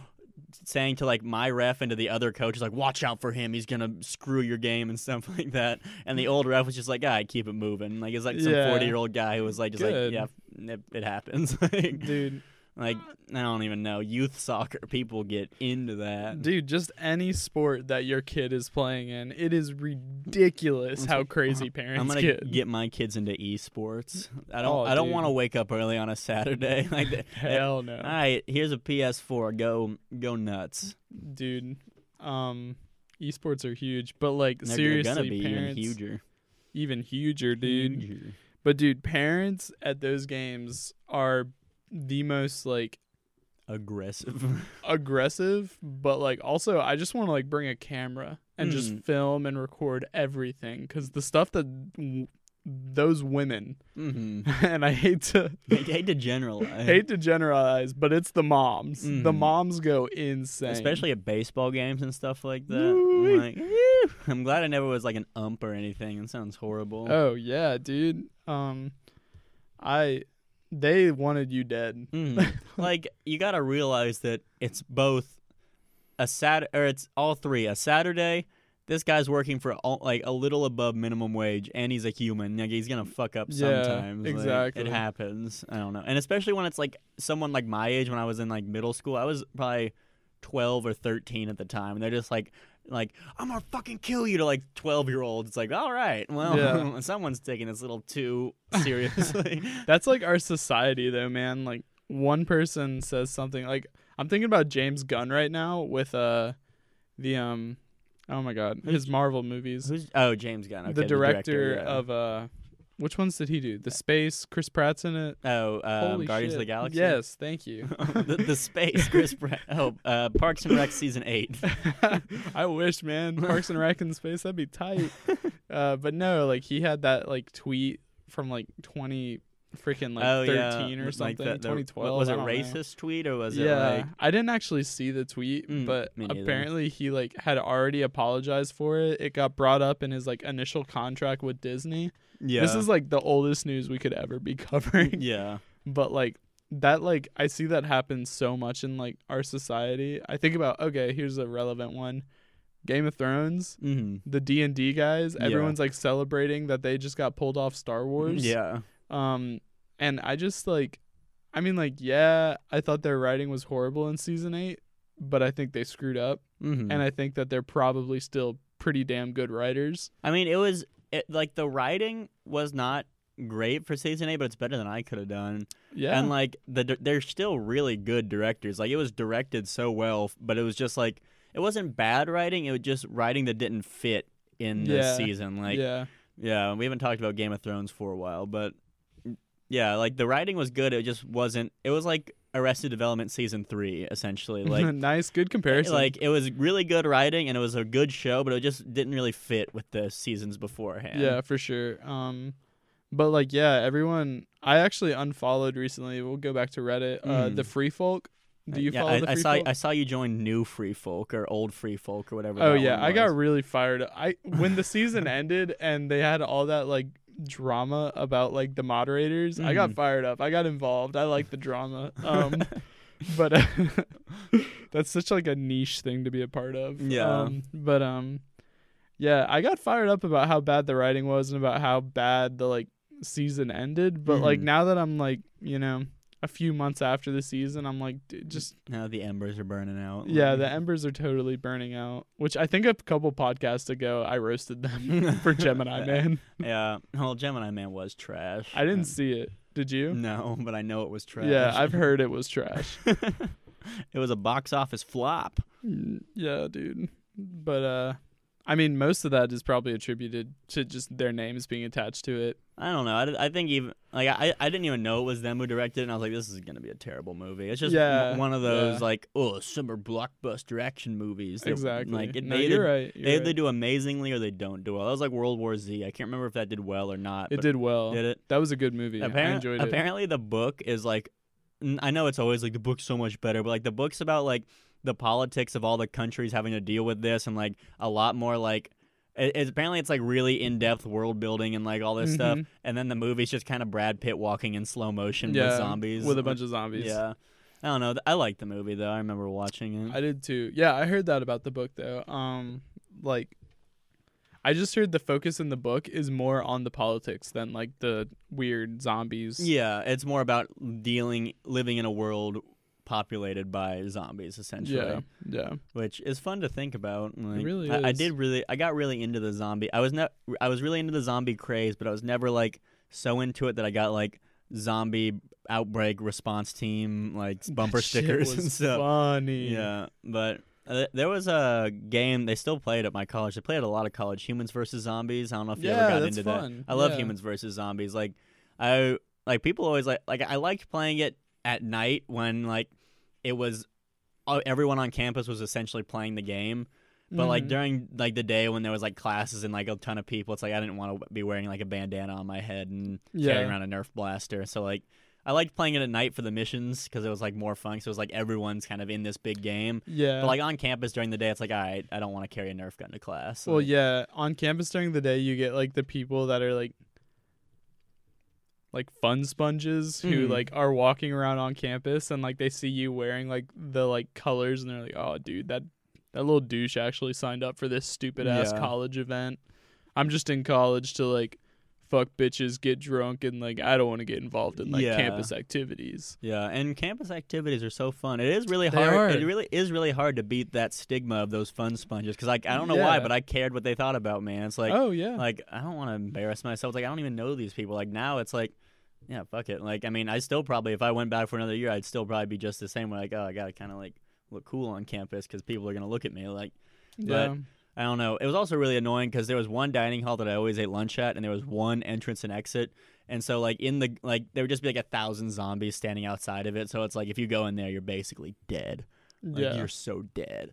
[SPEAKER 1] Saying to like my ref and to the other coaches, like, watch out for him. He's gonna screw your game and stuff like that. And the old ref was just like, "I keep it moving." Like it's like some
[SPEAKER 2] Yeah.
[SPEAKER 1] forty year old guy who was like, just
[SPEAKER 2] Good.
[SPEAKER 1] like, yeah, it, it happens. like,
[SPEAKER 2] dude,
[SPEAKER 1] like, I don't even know. Youth soccer people get into that.
[SPEAKER 2] dude, just any sport that your kid is playing in, it is ridiculous how crazy parents
[SPEAKER 1] uh-huh. I'm gonna
[SPEAKER 2] get.
[SPEAKER 1] get my kids into esports. I don't.
[SPEAKER 2] Oh,
[SPEAKER 1] I don't
[SPEAKER 2] dude.
[SPEAKER 1] want to wake up early on a Saturday. Like, they-
[SPEAKER 2] Hell no,
[SPEAKER 1] all right, here's a PS4. Go, go nuts.
[SPEAKER 2] dude. Um, esports are huge, but like
[SPEAKER 1] They're, they're
[SPEAKER 2] seriously,
[SPEAKER 1] gonna be even
[SPEAKER 2] parents
[SPEAKER 1] huger,
[SPEAKER 2] even huger, dude.
[SPEAKER 1] Huger.
[SPEAKER 2] But dude, parents at those games are the most like
[SPEAKER 1] aggressive.
[SPEAKER 2] aggressive, but like also I just want to like bring a camera and just
[SPEAKER 1] Mm.
[SPEAKER 2] film and record everything because the stuff that w- those women
[SPEAKER 1] mm-hmm.
[SPEAKER 2] and I hate to
[SPEAKER 1] I hate to generalize.
[SPEAKER 2] hate to generalize, but it's the moms. The
[SPEAKER 1] Mhm.
[SPEAKER 2] moms go insane,
[SPEAKER 1] Especially at baseball games and stuff like that.
[SPEAKER 2] Woo-wee.
[SPEAKER 1] I'm, like, "Whew." I'm glad I never was like an ump or anything. It sounds horrible.
[SPEAKER 2] Oh yeah, dude. Um, I they wanted you dead.
[SPEAKER 1] Mm. like you got to realize that it's both a sat or it's all three. A Saturday, this guy's working for all, like a little above minimum wage, and he's a human. Like he's gonna fuck up
[SPEAKER 2] Yeah,
[SPEAKER 1] sometimes. Like,
[SPEAKER 2] exactly.
[SPEAKER 1] it happens. I don't know, and especially when it's like someone like my age. When I was in like middle school, I was probably twelve or thirteen at the time, and they're just like. Like I'm gonna fucking kill you to like twelve year olds. It's like all right, well,
[SPEAKER 2] Yeah.
[SPEAKER 1] someone's taking this a little too seriously.
[SPEAKER 2] That's like our society though, man. Like one person says something like I'm thinking about James Gunn right now with uh the um oh my god, his Marvel movies.
[SPEAKER 1] Who's oh James Gunn? Okay,
[SPEAKER 2] the director
[SPEAKER 1] yeah.
[SPEAKER 2] of uh which ones did he do? The Space, Chris Pratt's in it.
[SPEAKER 1] Oh, um,
[SPEAKER 2] Holy
[SPEAKER 1] Guardians of the
[SPEAKER 2] shit.
[SPEAKER 1] Galaxy.
[SPEAKER 2] Yes, thank you.
[SPEAKER 1] the, the space, Chris Pratt. Oh, uh, Parks and Rec season eight.
[SPEAKER 2] I wish, man. Parks and Rec in space, that'd be tight. Uh, but no, like he had that like tweet from like 20 freaking like
[SPEAKER 1] oh
[SPEAKER 2] 13
[SPEAKER 1] yeah,
[SPEAKER 2] or
[SPEAKER 1] like
[SPEAKER 2] something,
[SPEAKER 1] the- the-
[SPEAKER 2] 2012.
[SPEAKER 1] Was
[SPEAKER 2] I
[SPEAKER 1] it
[SPEAKER 2] don't know.
[SPEAKER 1] racist tweet or was
[SPEAKER 2] yeah,
[SPEAKER 1] it like?
[SPEAKER 2] I didn't actually see the tweet,
[SPEAKER 1] Mm,
[SPEAKER 2] but
[SPEAKER 1] me neither.
[SPEAKER 2] apparently he like had already apologized for it. It got brought up in his like initial contract with Disney.
[SPEAKER 1] Yeah.
[SPEAKER 2] This is like the oldest news we could ever be covering.
[SPEAKER 1] yeah.
[SPEAKER 2] But like that like I see that happen so much in like our society. I think about okay, here's a relevant one. Game of Thrones,
[SPEAKER 1] Mm-hmm.
[SPEAKER 2] the D&D guys,
[SPEAKER 1] Yeah. Mm-hmm.
[SPEAKER 2] everyone's like celebrating that they just got pulled off Star Wars.
[SPEAKER 1] Yeah.
[SPEAKER 2] Um, and I just like, I mean, like, yeah, I thought their writing was horrible in season eight, but I think they screwed up,
[SPEAKER 1] Mm-hmm.
[SPEAKER 2] and I think that they're probably still pretty damn good writers.
[SPEAKER 1] I mean, it was it, like the writing was not great for season eight, but it's better than I could have done.
[SPEAKER 2] Yeah,
[SPEAKER 1] And like the di- they're still really good directors. Like it was directed so well, f- but it was just like it wasn't bad writing. It was just writing that didn't fit in this
[SPEAKER 2] Yeah.
[SPEAKER 1] season. Like
[SPEAKER 2] yeah,
[SPEAKER 1] yeah, we haven't talked about Game of Thrones for a while, but mm, yeah, like the writing was good. It just wasn't. It was like Arrested Development season three, essentially. Like eh,
[SPEAKER 2] nice, good comparison.
[SPEAKER 1] like it was really good writing and it was a good show, but it just didn't really fit with the seasons beforehand.
[SPEAKER 2] yeah, for sure. Um, but like, yeah, everyone. I actually unfollowed recently. We'll go back to Reddit. Uh,
[SPEAKER 1] Mm. Uh,
[SPEAKER 2] the Free Folk. Do you
[SPEAKER 1] yeah,
[SPEAKER 2] follow
[SPEAKER 1] I,
[SPEAKER 2] the Free
[SPEAKER 1] I saw
[SPEAKER 2] Folk?
[SPEAKER 1] I saw you join New Free Folk or Old Free Folk or whatever.
[SPEAKER 2] Oh
[SPEAKER 1] that
[SPEAKER 2] yeah,
[SPEAKER 1] one
[SPEAKER 2] I got
[SPEAKER 1] was.
[SPEAKER 2] really fired. up. I when the season ended and they had all that like
[SPEAKER 1] Mm.
[SPEAKER 2] drama about like the moderators, I got fired up. I got involved. I like the drama. Um but uh, that's such like a niche thing to be a part of.
[SPEAKER 1] Yeah.
[SPEAKER 2] Um, but um, yeah, I got fired up about how bad the writing was and about how bad the like season ended. But like
[SPEAKER 1] Mhm.
[SPEAKER 2] now that I'm like you know a few months after the season, I'm like d- just
[SPEAKER 1] Now the embers are burning out.
[SPEAKER 2] yeah, the
[SPEAKER 1] embers.
[SPEAKER 2] embers are totally burning out. Which I think a couple podcasts ago I roasted them for Gemini Man.
[SPEAKER 1] yeah. Well, Gemini Man was trash.
[SPEAKER 2] I didn't
[SPEAKER 1] and-
[SPEAKER 2] see it. Did you?
[SPEAKER 1] No, but I know it was trash.
[SPEAKER 2] Yeah, I've heard it was trash.
[SPEAKER 1] it was a box office flop.
[SPEAKER 2] Mm, Yeah, dude. But uh I mean most of that is probably attributed to just their names being attached to it.
[SPEAKER 1] I don't know. I, did- I think even like I, I didn't even know it was them who directed it, and I was like, this is gonna be a terrible movie. It's just
[SPEAKER 2] Yeah,
[SPEAKER 1] one of those
[SPEAKER 2] yeah.
[SPEAKER 1] like oh summer blockbuster action movies. that,
[SPEAKER 2] exactly.
[SPEAKER 1] Like it,
[SPEAKER 2] no,
[SPEAKER 1] they either,
[SPEAKER 2] you're right. you're
[SPEAKER 1] they either
[SPEAKER 2] right.
[SPEAKER 1] do amazingly or they don't do well. That was like World War Z. I can't remember if that did well or not.
[SPEAKER 2] it
[SPEAKER 1] but
[SPEAKER 2] did well.
[SPEAKER 1] Did it?
[SPEAKER 2] That was a good movie. I
[SPEAKER 1] Apparent-
[SPEAKER 2] enjoyed it.
[SPEAKER 1] apparently the book is like n- I know it's always like the book's so much better, but like the book's about like the politics of all the countries having to deal with this and like a lot more like it, it's- apparently it's like really in depth world building and like all this stuff.
[SPEAKER 2] Mhm.
[SPEAKER 1] And then the movie's just kind of Brad Pitt walking in slow motion
[SPEAKER 2] yeah,
[SPEAKER 1] with zombies.
[SPEAKER 2] With a bunch of zombies.
[SPEAKER 1] Yeah. I don't know. I liked the movie though. I remember watching it.
[SPEAKER 2] I did too. Yeah, I heard that about the book though. Um like I just heard the focus in the book is more on the politics than like the weird zombies.
[SPEAKER 1] yeah, it's more about dealing living in a world populated by zombies essentially.
[SPEAKER 2] Yeah. Yeah.
[SPEAKER 1] which is fun to think about. Like,
[SPEAKER 2] really
[SPEAKER 1] I, I
[SPEAKER 2] is.
[SPEAKER 1] did really. I got really into the zombie. I was not. I was really into the zombie craze, but I was never like so into it that I got like zombie outbreak response team like bumper
[SPEAKER 2] That shit
[SPEAKER 1] stickers
[SPEAKER 2] was
[SPEAKER 1] and stuff.
[SPEAKER 2] Funny.
[SPEAKER 1] Yeah, but. uh, There was a game they still played at my college. They played at a lot of college humans versus zombies. I don't know if you
[SPEAKER 2] Yeah,
[SPEAKER 1] ever got
[SPEAKER 2] that's
[SPEAKER 1] into
[SPEAKER 2] fun.
[SPEAKER 1] that. I love
[SPEAKER 2] Yeah.
[SPEAKER 1] humans versus zombies. Like I like people always like like I liked playing it at night when like it was uh, everyone on campus was essentially playing the game. But like
[SPEAKER 2] Mhm.
[SPEAKER 1] during like the day when there was like classes and like a ton of people, it's like I didn't want to be wearing like a bandana on my head and carrying
[SPEAKER 2] Yeah.
[SPEAKER 1] around a Nerf blaster. So like I liked playing it at night for the missions because it was like more fun. So it was like everyone's kind of in this big game.
[SPEAKER 2] Yeah.
[SPEAKER 1] But like on campus during the day, it's like all right, I don't want to carry a Nerf gun to class.
[SPEAKER 2] Well,
[SPEAKER 1] Like,
[SPEAKER 2] yeah, on campus during the day, you get like the people that are like like fun sponges who
[SPEAKER 1] Mhm.
[SPEAKER 2] like are walking around on campus and like they see you wearing like the like colors and they're like, "Oh, dude, that that little douche actually signed up for this stupid ass
[SPEAKER 1] Yeah.
[SPEAKER 2] college event. I'm just in college to like fuck bitches, get drunk and like I don't want to get involved in like
[SPEAKER 1] Yeah.
[SPEAKER 2] campus activities."
[SPEAKER 1] Yeah, and campus activities are so fun. It is really
[SPEAKER 2] They
[SPEAKER 1] hard.
[SPEAKER 2] are.
[SPEAKER 1] It really is really hard to beat that stigma of those fun sponges because like I don't know
[SPEAKER 2] Yeah.
[SPEAKER 1] why, but I cared what they thought about man. It's like
[SPEAKER 2] oh, yeah.
[SPEAKER 1] like I don't want to embarrass myself. Like I don't even know these people. Like now it's like, yeah, fuck it. Like I mean, I still probably if I went back for another year, I'd still probably be just the same. Like oh, I gotta kind of like look cool on campus because people are gonna look at me. Like
[SPEAKER 2] yeah.
[SPEAKER 1] I don't know. It was also really annoying because there was one dining hall that I always ate lunch at, and there was one entrance and exit. And so like in the like there would just be like a thousand zombies standing outside of it. So it's like if you go in there, you're basically dead. Like
[SPEAKER 2] yeah.
[SPEAKER 1] you're so dead.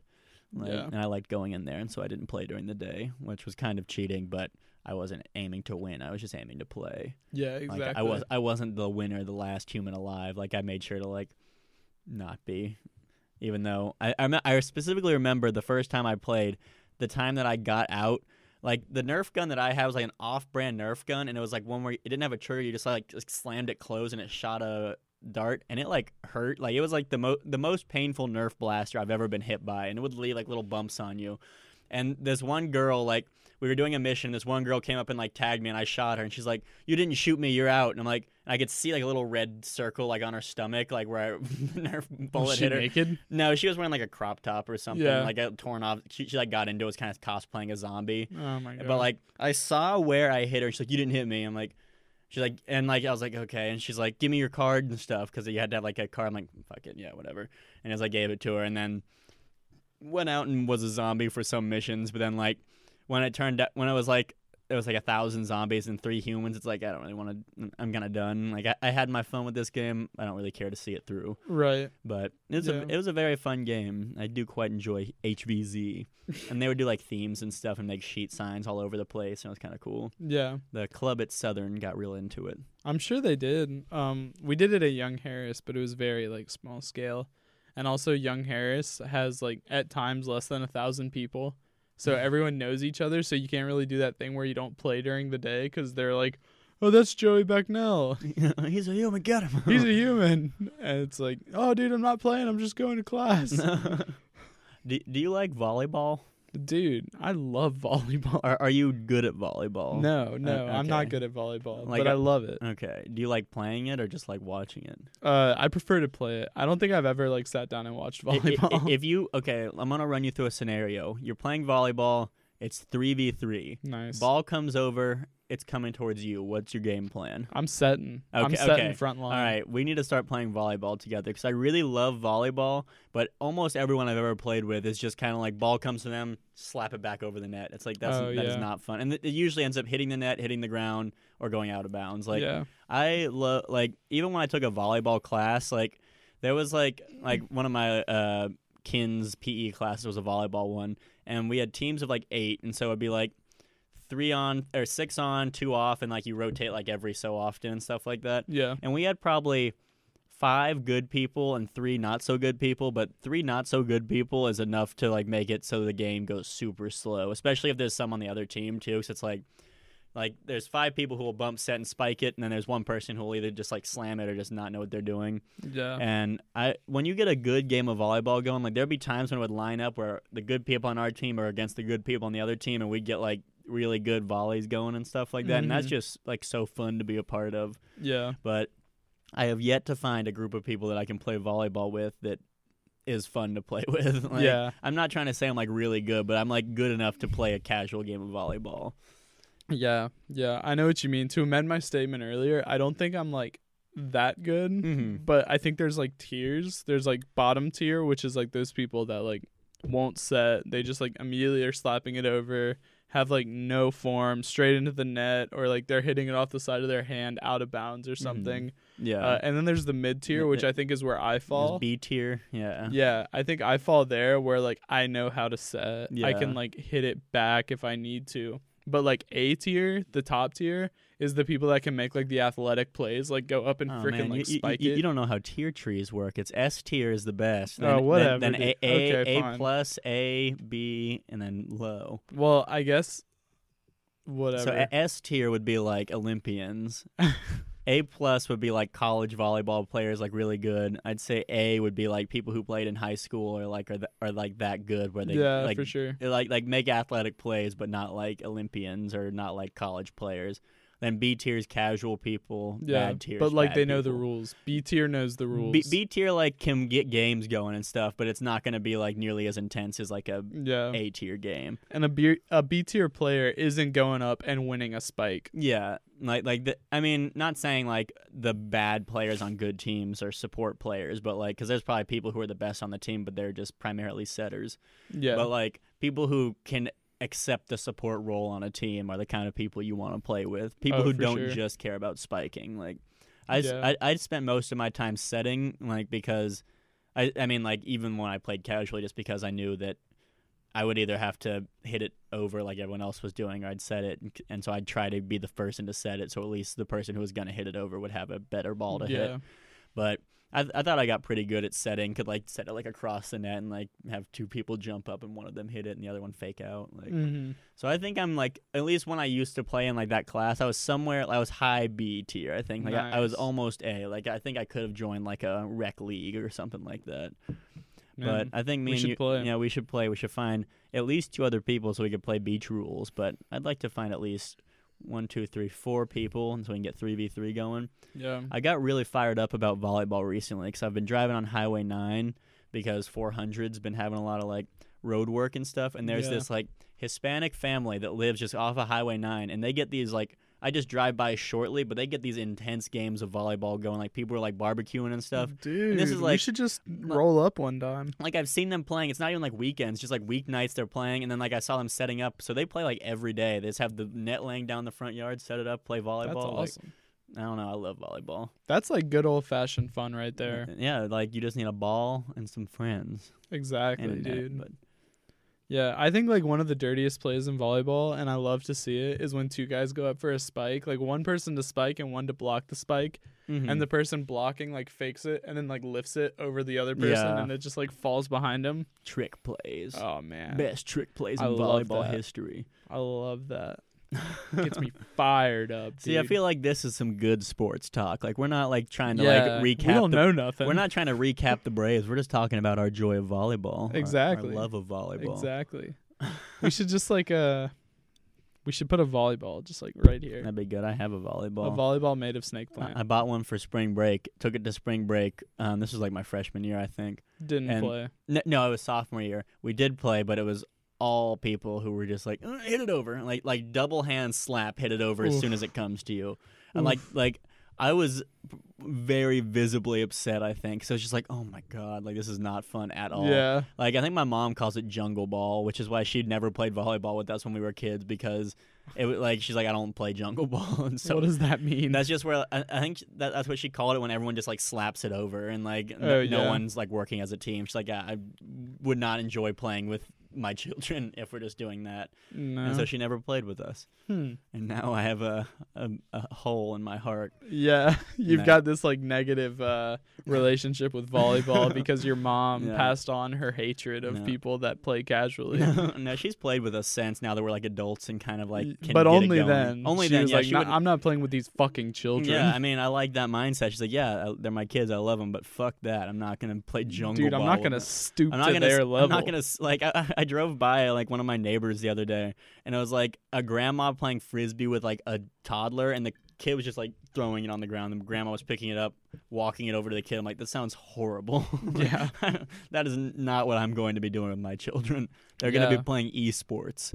[SPEAKER 1] Like,
[SPEAKER 2] Yeah.
[SPEAKER 1] And I liked going in there, and so I didn't play during the day, which was kind of cheating. But I wasn't aiming to win. I was just aiming to play.
[SPEAKER 2] Yeah,
[SPEAKER 1] Like
[SPEAKER 2] exactly.
[SPEAKER 1] I was I wasn't the winner, the last human alive. Like I made sure to like not be, even though I I, me- I specifically remember the first time I played, the time that I got out. Like the Nerf gun that I had was like an off-brand Nerf gun, and it was like one where it didn't have a trigger. You just like just slammed it closed, and it shot a dart, and it like hurt. Like it was like the most the most painful Nerf blaster I've ever been hit by, and it would leave like little bumps on you. And this one girl, like, we were doing a mission. This one girl came up and like tagged me, and I shot her. And she's like, "You didn't shoot me. You're out." And I'm like, and I could see like a little red circle like on her stomach, like where I, the Nerf bullet
[SPEAKER 2] Was she
[SPEAKER 1] hit her.
[SPEAKER 2] naked?
[SPEAKER 1] No, she was wearing like a crop top or something,
[SPEAKER 2] Yeah.
[SPEAKER 1] like a torn off. She, she like got into it, was kind of cosplaying a zombie.
[SPEAKER 2] Oh my god.
[SPEAKER 1] But like, I saw where I hit her. She's like, "You didn't hit me." I'm like. She's like, and like, I was like, okay. And she's like, give me your card and stuff because you had to have like a card. I'm like, fuck it, yeah, whatever. And as I gave it to her, and then went out and was a zombie for some missions. But then like, when it turned out, when it was like, it was like a thousand zombies and three humans. It's like I don't really want to. I'm kind of done. Like I, I had my fun with this game. I don't really care to see it through.
[SPEAKER 2] right.
[SPEAKER 1] But it was
[SPEAKER 2] Yeah.
[SPEAKER 1] a it was a very fun game. I do quite enjoy HVZ, and they would do like themes and stuff and make sheet signs all over the place, and it was kind of cool.
[SPEAKER 2] Yeah.
[SPEAKER 1] The club at Southern got real into it.
[SPEAKER 2] I'm sure they did. Um, we did it at Young Harris, but it was very like small scale, and also Young Harris has like at times less than a thousand people, so everyone knows each other. So you can't really do that thing where you don't play during the day because they're like, oh, that's Joey Becknell.
[SPEAKER 1] He's a human. Get him.
[SPEAKER 2] He's a human. And it's like, oh, dude, I'm not playing. I'm just going to class.
[SPEAKER 1] do, do you like volleyball?
[SPEAKER 2] Dude, I love volleyball.
[SPEAKER 1] Are are you good at volleyball?
[SPEAKER 2] No, no, I'm
[SPEAKER 1] Oh, okay.
[SPEAKER 2] not good at volleyball,
[SPEAKER 1] Like
[SPEAKER 2] but
[SPEAKER 1] I-
[SPEAKER 2] I love it.
[SPEAKER 1] Okay. Do you like playing it or just like watching it?
[SPEAKER 2] Uh, I prefer to play it. I don't think I've ever like sat down and watched
[SPEAKER 1] I- i-
[SPEAKER 2] volleyball.
[SPEAKER 1] i- If you okay, I'm gonna run you through a scenario. You're playing volleyball. It's three v three.
[SPEAKER 2] nice.
[SPEAKER 1] Ball comes over. It's coming towards you. What's your game plan?
[SPEAKER 2] I'm setting. I'm
[SPEAKER 1] Okay,
[SPEAKER 2] setting
[SPEAKER 1] okay.
[SPEAKER 2] front
[SPEAKER 1] All
[SPEAKER 2] line.
[SPEAKER 1] right, we need to start playing volleyball together because I really love volleyball. But almost everyone I've ever played with is just kind of like ball comes to them, slap it back over the net. It's like that's
[SPEAKER 2] Oh,
[SPEAKER 1] that is
[SPEAKER 2] yeah.
[SPEAKER 1] not fun, and it it usually ends up hitting the net, hitting the ground, or going out of bounds. Like
[SPEAKER 2] yeah.
[SPEAKER 1] I love like even when I took a volleyball class, like there was like like one of my uh kin's PE classes was a volleyball one, and we had teams of like eight, and so it'd be like three on or six on, two off, and like you rotate like every so often and stuff like that.
[SPEAKER 2] Yeah.
[SPEAKER 1] And we had probably five good people and three not so good people, but three not so good people is enough to like make it so the game goes super slow, especially if there's some on the other team too, because it's like. Like there's five people who will bump set and spike it, and then there's one person who will either just like slam it or just not know what they're doing.
[SPEAKER 2] Yeah.
[SPEAKER 1] And I, when you get a good game of volleyball going, like there'd be times when it would line up where the good people on our team are against the good people on the other team, and we'd get like really good volleys going and stuff like that. And that's
[SPEAKER 2] Mhm.
[SPEAKER 1] just like so fun to be a part of
[SPEAKER 2] yeah.
[SPEAKER 1] but I have yet to find a group of people that I can play volleyball with that is fun to play with. Like,
[SPEAKER 2] yeah.
[SPEAKER 1] I'm not trying to say I'm like really good, but I'm like good enough to play a casual game of volleyball.
[SPEAKER 2] Yeah. Yeah. I know what you mean. To amend my statement earlier, I don't think I'm like that good,
[SPEAKER 1] Mhm.
[SPEAKER 2] but I think there's like tiers. There's like bottom tier, which is like those people that like won't set. They just like immediately are slapping it over, have like no form, straight into the net, or like they're hitting it off the side of their hand, out of bounds or something.
[SPEAKER 1] Mm. Yeah.
[SPEAKER 2] Uh, and then there's the mid tier,
[SPEAKER 1] Th-
[SPEAKER 2] which
[SPEAKER 1] th-
[SPEAKER 2] I think is where I fall.
[SPEAKER 1] Just B tier. Yeah.
[SPEAKER 2] Yeah, I think I fall there where like I know how to set. I
[SPEAKER 1] Yeah.
[SPEAKER 2] can like hit it back if I need to. But like A tier, the top tier is the people that can make like the athletic plays, like go up and
[SPEAKER 1] Oh,
[SPEAKER 2] freaking
[SPEAKER 1] man,
[SPEAKER 2] like
[SPEAKER 1] you- you,
[SPEAKER 2] spike
[SPEAKER 1] you- you
[SPEAKER 2] it.
[SPEAKER 1] don't know how tier trees work. It's S tier is the best.
[SPEAKER 2] Oh, whatever,
[SPEAKER 1] Then, A,
[SPEAKER 2] dude.
[SPEAKER 1] A,
[SPEAKER 2] Okay,
[SPEAKER 1] A
[SPEAKER 2] fine.
[SPEAKER 1] plus, A, B, and then low.
[SPEAKER 2] Well, I guess whatever.
[SPEAKER 1] So a- S tier would be like Olympians. a plus would be like college volleyball players, like really good. I'd say A would be like people who played in high school or like are, th- are like that good where they
[SPEAKER 2] yeah,
[SPEAKER 1] like,
[SPEAKER 2] for sure.
[SPEAKER 1] they like like make athletic plays but not like Olympians or not like college players. Then B tier is casual people.
[SPEAKER 2] Yeah,
[SPEAKER 1] bad tier is
[SPEAKER 2] but like
[SPEAKER 1] bad
[SPEAKER 2] they know the
[SPEAKER 1] people.
[SPEAKER 2] rules. B tier knows the rules.
[SPEAKER 1] B, B tier like can get games going and stuff, but it's not going to be like nearly as intense as like a
[SPEAKER 2] yeah,
[SPEAKER 1] A tier game.
[SPEAKER 2] and a B a B tier player isn't going up and winning a spike.
[SPEAKER 1] Yeah, like like the, I mean, not saying like the bad players on good teams are support players, but like because there's probably people who are the best on the team, but they're just primarily setters.
[SPEAKER 2] Yeah,
[SPEAKER 1] But like people who can accept the support role on a team are the kind of people you want to play with. People
[SPEAKER 2] Oh,
[SPEAKER 1] who
[SPEAKER 2] for
[SPEAKER 1] don't
[SPEAKER 2] sure.
[SPEAKER 1] just care about spiking. Like I, s-
[SPEAKER 2] Yeah.
[SPEAKER 1] I I spent most of my time setting like because I I mean like even when I played casually just because I knew that I would either have to hit it over like everyone else was doing or I'd set it and, and so I'd try to be the person to set it so at least the person who was going to hit it over would have a better ball to hit
[SPEAKER 2] yeah,
[SPEAKER 1] but I, I thought I got pretty good at setting. Could like set it like across the net and like have two people jump up and one of them hit it and the other one fake out. Like
[SPEAKER 2] hmm
[SPEAKER 1] so, I think I'm like at least when I used to play in like that class, I was somewhere I was high B tier. I think like I, I was
[SPEAKER 2] Nice.
[SPEAKER 1] almost A. Like I think I could have joined like a rec league or something like that. But
[SPEAKER 2] Man.
[SPEAKER 1] I think me
[SPEAKER 2] We
[SPEAKER 1] and
[SPEAKER 2] should
[SPEAKER 1] you,
[SPEAKER 2] play.
[SPEAKER 1] yeah, we should play. We should find at least two other people so we could play beach rules. But I'd like to find at least one, two, three, four people, and so we can get three v three going.
[SPEAKER 2] yeah,
[SPEAKER 1] I got really fired up about volleyball recently because I've been driving on Highway 9 because 400's been having a lot of like road work and stuff. And there's
[SPEAKER 2] Yeah.
[SPEAKER 1] this like Hispanic family that lives just off of Highway 9, and they get these like I just drive by shortly, but they get these intense games of volleyball going. Like people are like barbecuing and stuff.
[SPEAKER 2] Dude,
[SPEAKER 1] is
[SPEAKER 2] we
[SPEAKER 1] like-
[SPEAKER 2] should just roll up one time.
[SPEAKER 1] Like I've seen them playing. It's not even like weekends, just like weeknights they're playing. And then like I saw them setting up, so they play like every day. They just have the net laying down the front yard, set it up, play volleyball.
[SPEAKER 2] That's
[SPEAKER 1] Like,
[SPEAKER 2] awesome.
[SPEAKER 1] I don't know. I love volleyball.
[SPEAKER 2] That's like good old fashioned fun right there.
[SPEAKER 1] Yeah, like you just need a ball and some friends.
[SPEAKER 2] Exactly,
[SPEAKER 1] internet,
[SPEAKER 2] dude.
[SPEAKER 1] but-
[SPEAKER 2] Yeah, I think like one of the dirtiest plays in volleyball, and I love to see it, is when two guys go up for a spike, like one person to spike and one to block the spike,
[SPEAKER 1] Hmm. Mm-hmm.
[SPEAKER 2] and the person blocking like fakes it and then like lifts it over the other person,
[SPEAKER 1] Yeah.
[SPEAKER 2] and it just like falls behind him.
[SPEAKER 1] trick plays.
[SPEAKER 2] Oh man,
[SPEAKER 1] Best trick plays in
[SPEAKER 2] I love
[SPEAKER 1] volleyball
[SPEAKER 2] that.
[SPEAKER 1] history.
[SPEAKER 2] I love that. Gets me fired up.
[SPEAKER 1] See, I
[SPEAKER 2] dude.
[SPEAKER 1] feel like this is some good sports talk. Like we're not like trying to
[SPEAKER 2] Yeah,
[SPEAKER 1] like recap.
[SPEAKER 2] We don't
[SPEAKER 1] the,
[SPEAKER 2] know nothing.
[SPEAKER 1] We're not trying to recap the Braves. We're just talking about our joy of volleyball. our-
[SPEAKER 2] Exactly.
[SPEAKER 1] Our, love of volleyball.
[SPEAKER 2] exactly. we should just like uh, we should put a volleyball just like right here.
[SPEAKER 1] That'd be good. I have a volleyball. Uh,
[SPEAKER 2] A volleyball made of snake plant.
[SPEAKER 1] I I bought one for spring break. Took it to spring break. Um, this was like my freshman year, I think.
[SPEAKER 2] Didn't
[SPEAKER 1] and-
[SPEAKER 2] play.
[SPEAKER 1] N- no, it was sophomore year. We did play, but it was all people who were just like "Uh, hit it over, like like double hand slap, hit it over as soon as it comes to you. And like like I was very visibly upset. I think so. It's just like oh my god, like this is not fun at all.
[SPEAKER 2] Yeah.
[SPEAKER 1] Like I think my mom calls it jungle ball, which is why she'd never played volleyball with us when we were kids because it was like she's like I don't play jungle ball, and so
[SPEAKER 2] what does that mean?
[SPEAKER 1] and that's just where I, I think that, that's what she called it when everyone just like slaps it over and like n-
[SPEAKER 2] Oh,
[SPEAKER 1] no
[SPEAKER 2] yeah.
[SPEAKER 1] one's like working as a team. She's like, yeah, I would not enjoy playing with my children if we're just doing that.
[SPEAKER 2] no.
[SPEAKER 1] And so she never played with us.
[SPEAKER 2] Hmm.
[SPEAKER 1] And now I have a a, a hole in my heart.
[SPEAKER 2] Yeah, you've
[SPEAKER 1] No.
[SPEAKER 2] got this like negative uh, relationship with volleyball because your mom
[SPEAKER 1] Yeah.
[SPEAKER 2] passed on her hatred of
[SPEAKER 1] No.
[SPEAKER 2] people that play casually.
[SPEAKER 1] no, she's played with us since now that we're like adults and kind of like. Can
[SPEAKER 2] but
[SPEAKER 1] get it
[SPEAKER 2] only
[SPEAKER 1] going.
[SPEAKER 2] then,
[SPEAKER 1] Only
[SPEAKER 2] she
[SPEAKER 1] then,
[SPEAKER 2] was
[SPEAKER 1] yeah.
[SPEAKER 2] like,
[SPEAKER 1] she
[SPEAKER 2] "No,
[SPEAKER 1] wouldn't-
[SPEAKER 2] I'm not playing with these fucking children.
[SPEAKER 1] yeah, I mean, I like that mindset. She's like, yeah, I- they're my kids. I love them, but fuck that. I'm not gonna play jungle.
[SPEAKER 2] dude, I'm
[SPEAKER 1] ball
[SPEAKER 2] not
[SPEAKER 1] with
[SPEAKER 2] gonna
[SPEAKER 1] them."
[SPEAKER 2] stoop
[SPEAKER 1] I'm not
[SPEAKER 2] to
[SPEAKER 1] gonna.
[SPEAKER 2] their
[SPEAKER 1] s-
[SPEAKER 2] level.
[SPEAKER 1] I'm not gonna s- like. I- I, I drove by like one of my neighbors the other day, and it was like a grandma playing frisbee with like a toddler, and the kid was just like throwing it on the ground. And grandma was picking it up, walking it over to the kid. I'm like, that sounds horrible.
[SPEAKER 2] Yeah.
[SPEAKER 1] that is n- not what I'm going to be doing with my children. They're going to
[SPEAKER 2] Yeah.
[SPEAKER 1] be playing esports,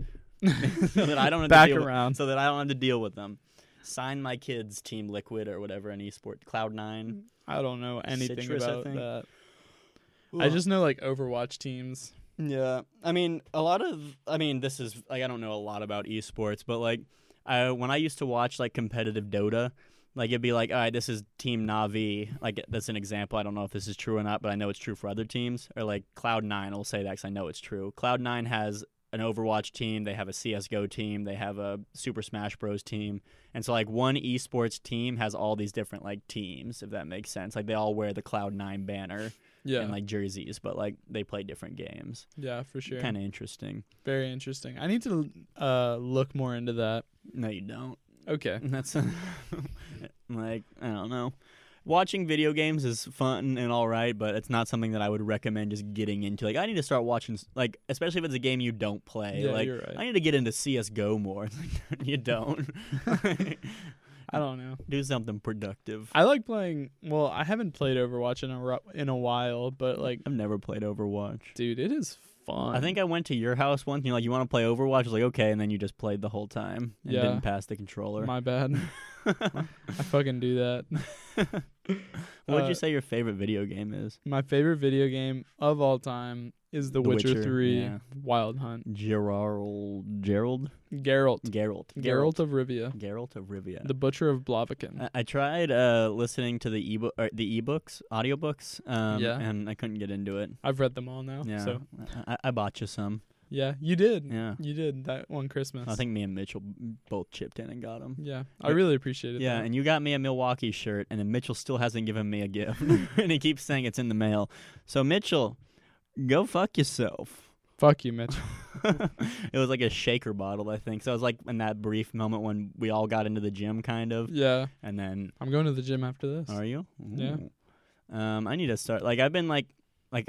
[SPEAKER 1] so that I don't have
[SPEAKER 2] Back
[SPEAKER 1] to deal
[SPEAKER 2] around.
[SPEAKER 1] With, so that I don't have to deal with them. Sign my kids Team Liquid or whatever an esport Cloud Nine.
[SPEAKER 2] I don't know anything
[SPEAKER 1] Citrus, I
[SPEAKER 2] about
[SPEAKER 1] think.
[SPEAKER 2] that. I just know like Overwatch teams.
[SPEAKER 1] Yeah. I mean, a lot of I mean, this is like I don't know a lot about esports, but like I when I used to watch like competitive Dota, like it'd be like, "All right, this is team Navi." Like that's an example. I don't know if this is true or not, but I know it's true for other teams. Or like Cloud9 will say that cuz I know it's true. Cloud9 has an Overwatch team, they have a CS:GO team, they have a Super Smash Bros team. And so like one esports team has all these different like teams, if that makes sense. Like they all wear the Cloud9 banner
[SPEAKER 2] Yeah,
[SPEAKER 1] and like jerseys, but like they play different games
[SPEAKER 2] yeah, for sure.
[SPEAKER 1] kind of interesting.
[SPEAKER 2] Very interesting. I need to uh, look more into that.
[SPEAKER 1] No, you don't.
[SPEAKER 2] Okay.
[SPEAKER 1] That's like I don't know. Watching video games is fun and all right, but it's not something that I would recommend just getting into. Like I need to start watching, s- like especially if it's a game you don't play.
[SPEAKER 2] yeah,
[SPEAKER 1] like
[SPEAKER 2] you're right.
[SPEAKER 1] I need to get into CS:GO more. you don't.
[SPEAKER 2] I don't know.
[SPEAKER 1] Do something productive.
[SPEAKER 2] I like playing. Well, I haven't played Overwatch in a ru- in a while, but like,
[SPEAKER 1] I've never played Overwatch.
[SPEAKER 2] dude, it is fun.
[SPEAKER 1] Mm. I think I went to your house once and you're like, you want to play Overwatch? I was like, okay. And then you just played the whole time and
[SPEAKER 2] Yeah.
[SPEAKER 1] didn't pass the controller.
[SPEAKER 2] my bad. I fucking do that.
[SPEAKER 1] What'd
[SPEAKER 2] uh,
[SPEAKER 1] you say your favorite video game is?
[SPEAKER 2] My favorite video game of all time is The,
[SPEAKER 1] The
[SPEAKER 2] Witcher,
[SPEAKER 1] Witcher,
[SPEAKER 2] Three:
[SPEAKER 1] yeah.
[SPEAKER 2] Wild Hunt.
[SPEAKER 1] Gerald Gerald
[SPEAKER 2] Geralt,
[SPEAKER 1] Geralt
[SPEAKER 2] Geralt of Rivia,
[SPEAKER 1] Geralt of Rivia.
[SPEAKER 2] the Butcher of Blaviken.
[SPEAKER 1] I, I tried uh, listening to the ebook or the ebooks audiobooks um
[SPEAKER 2] Yeah.
[SPEAKER 1] and I couldn't get into it.
[SPEAKER 2] I've read them all now.
[SPEAKER 1] Yeah.
[SPEAKER 2] So Mm.
[SPEAKER 1] I, I bought you some.
[SPEAKER 2] yeah, you did.
[SPEAKER 1] Yeah.
[SPEAKER 2] You did that one Christmas.
[SPEAKER 1] I think me and Mitchell b- both chipped in and got them.
[SPEAKER 2] Yeah, I
[SPEAKER 1] Yeah.
[SPEAKER 2] really appreciated.
[SPEAKER 1] Yeah,
[SPEAKER 2] that.
[SPEAKER 1] and you got me a Milwaukee shirt and then Mitchell still hasn't given me a gift and he keeps saying it's in the mail. So Mitchell, go fuck yourself.
[SPEAKER 2] fuck you, Mitch.
[SPEAKER 1] it was like a shaker bottle, I think. So it was like in that brief moment when we all got into the gym, kind of,
[SPEAKER 2] yeah,
[SPEAKER 1] and then
[SPEAKER 2] I'm going to the gym after this.
[SPEAKER 1] are you?
[SPEAKER 2] Yeah.
[SPEAKER 1] Ooh. Um, I need to start. Like I've been like, like,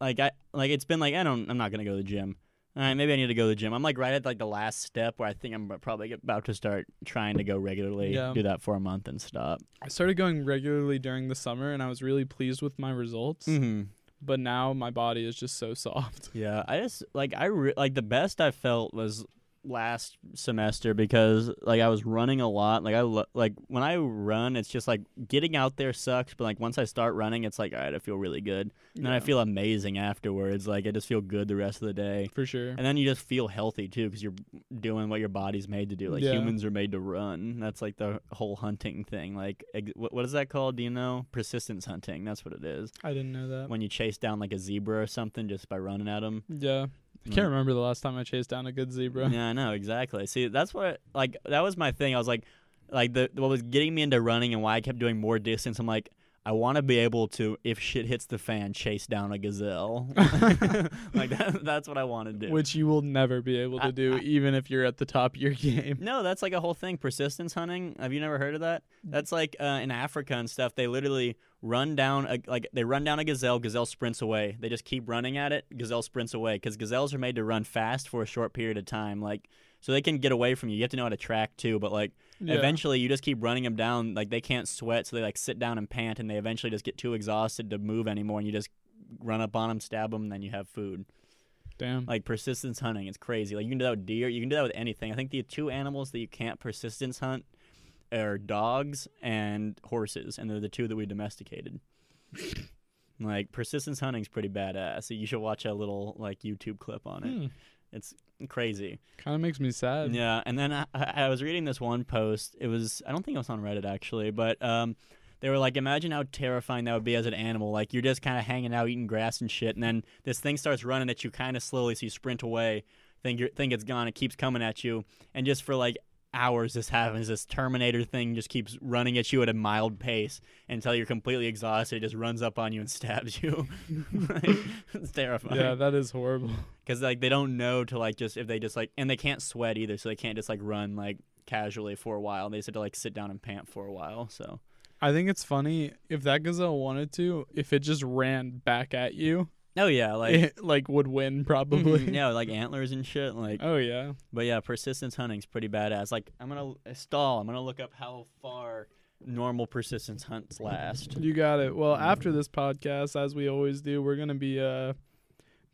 [SPEAKER 1] like I like it's been like I don't. I'm not gonna go to the gym. All right, maybe I need to go to the gym. I'm like right at like the last step where I think I'm probably about to start trying to go regularly.
[SPEAKER 2] Yeah.
[SPEAKER 1] Do that for a month and stop.
[SPEAKER 2] I started going regularly during the summer, and I was really pleased with my results.
[SPEAKER 1] Mm-hmm.
[SPEAKER 2] But now my body is just so soft.
[SPEAKER 1] Yeah, I just like I re- like the best I felt was last semester because like I was running a lot. Like I lo- like when I run, it's just like getting out there sucks, but like once I start running, it's like all right, I feel really good, and then I
[SPEAKER 2] Yeah,
[SPEAKER 1] feel amazing afterwards. Like I just feel good the rest of the day,
[SPEAKER 2] for sure.
[SPEAKER 1] and then you just feel healthy too because you're doing what your body's made to do. Like
[SPEAKER 2] Yeah.
[SPEAKER 1] humans are made to run. That's like the whole hunting thing. Like ex- what what is that called? Do you know? Persistence hunting. That's what it is.
[SPEAKER 2] I didn't know that.
[SPEAKER 1] When you chase down like a zebra or something just by running at them.
[SPEAKER 2] yeah, I can't remember the last time I chased down a good zebra.
[SPEAKER 1] Yeah, I know exactly. See, that's what like that was my thing. I was like, like the what was getting me into running and why I kept doing more distance. I'm like, I want to be able to, if shit hits the fan, chase down a gazelle. like that, that's what I want to do.
[SPEAKER 2] Which you will never be able
[SPEAKER 1] I-
[SPEAKER 2] to do,
[SPEAKER 1] I-
[SPEAKER 2] even if you're at the top of your game.
[SPEAKER 1] No, that's like a whole thing. Persistence hunting. Have you never heard of that? That's like uh, in Africa and stuff. They literally run down a, like they run down a gazelle. Gazelle sprints away. They just keep running at it. Gazelle sprints away because gazelles are made to run fast for a short period of time. Like so they can get away from you. You have to know how to track too. But like
[SPEAKER 2] Yeah.
[SPEAKER 1] eventually you just keep running them down. Like they can't sweat, so they like sit down and pant, and they eventually just get too exhausted to move anymore. And you just run up on them, stab them, and then you have food
[SPEAKER 2] Damn.
[SPEAKER 1] like persistence hunting it's crazy like you can do that with deer you can do that with anything i think the two animals that you can't persistence hunt are dogs and horses and they're the two that we domesticated like persistence hunting's pretty badass so you should watch a little like youtube clip on it it's crazy
[SPEAKER 2] Kind of Hmm. makes me sad.
[SPEAKER 1] yeah and then I, I I was reading this one post it was i don't think it was on reddit actually but um they were like, imagine how terrifying that would be as an animal. Like you're just kind of hanging out, eating grass and shit, and then this thing starts running at you kind of slowly, so you sprint away, think you're, think it's gone, it keeps coming at you, and just for like hours this happens. This Terminator thing just keeps running at you at a mild pace until you're completely exhausted. It just runs up on you and stabs you. like, it's terrifying
[SPEAKER 2] Yeah, that is horrible.
[SPEAKER 1] because like they don't know to like just if they just like and they can't sweat either so they can't just like run like casually for a while they just have to like sit down and pant for a while so
[SPEAKER 2] I think it's funny if that gazelle wanted to, if it just ran back at you,
[SPEAKER 1] oh yeah like
[SPEAKER 2] it like would win probably.
[SPEAKER 1] Mhm, yeah like antlers and shit like
[SPEAKER 2] Oh yeah.
[SPEAKER 1] but yeah persistence hunting's pretty badass like i'm gonna l- stall i'm gonna look up how far normal persistence hunts last
[SPEAKER 2] You got it. Well, after this podcast, as we always do, we're gonna be uh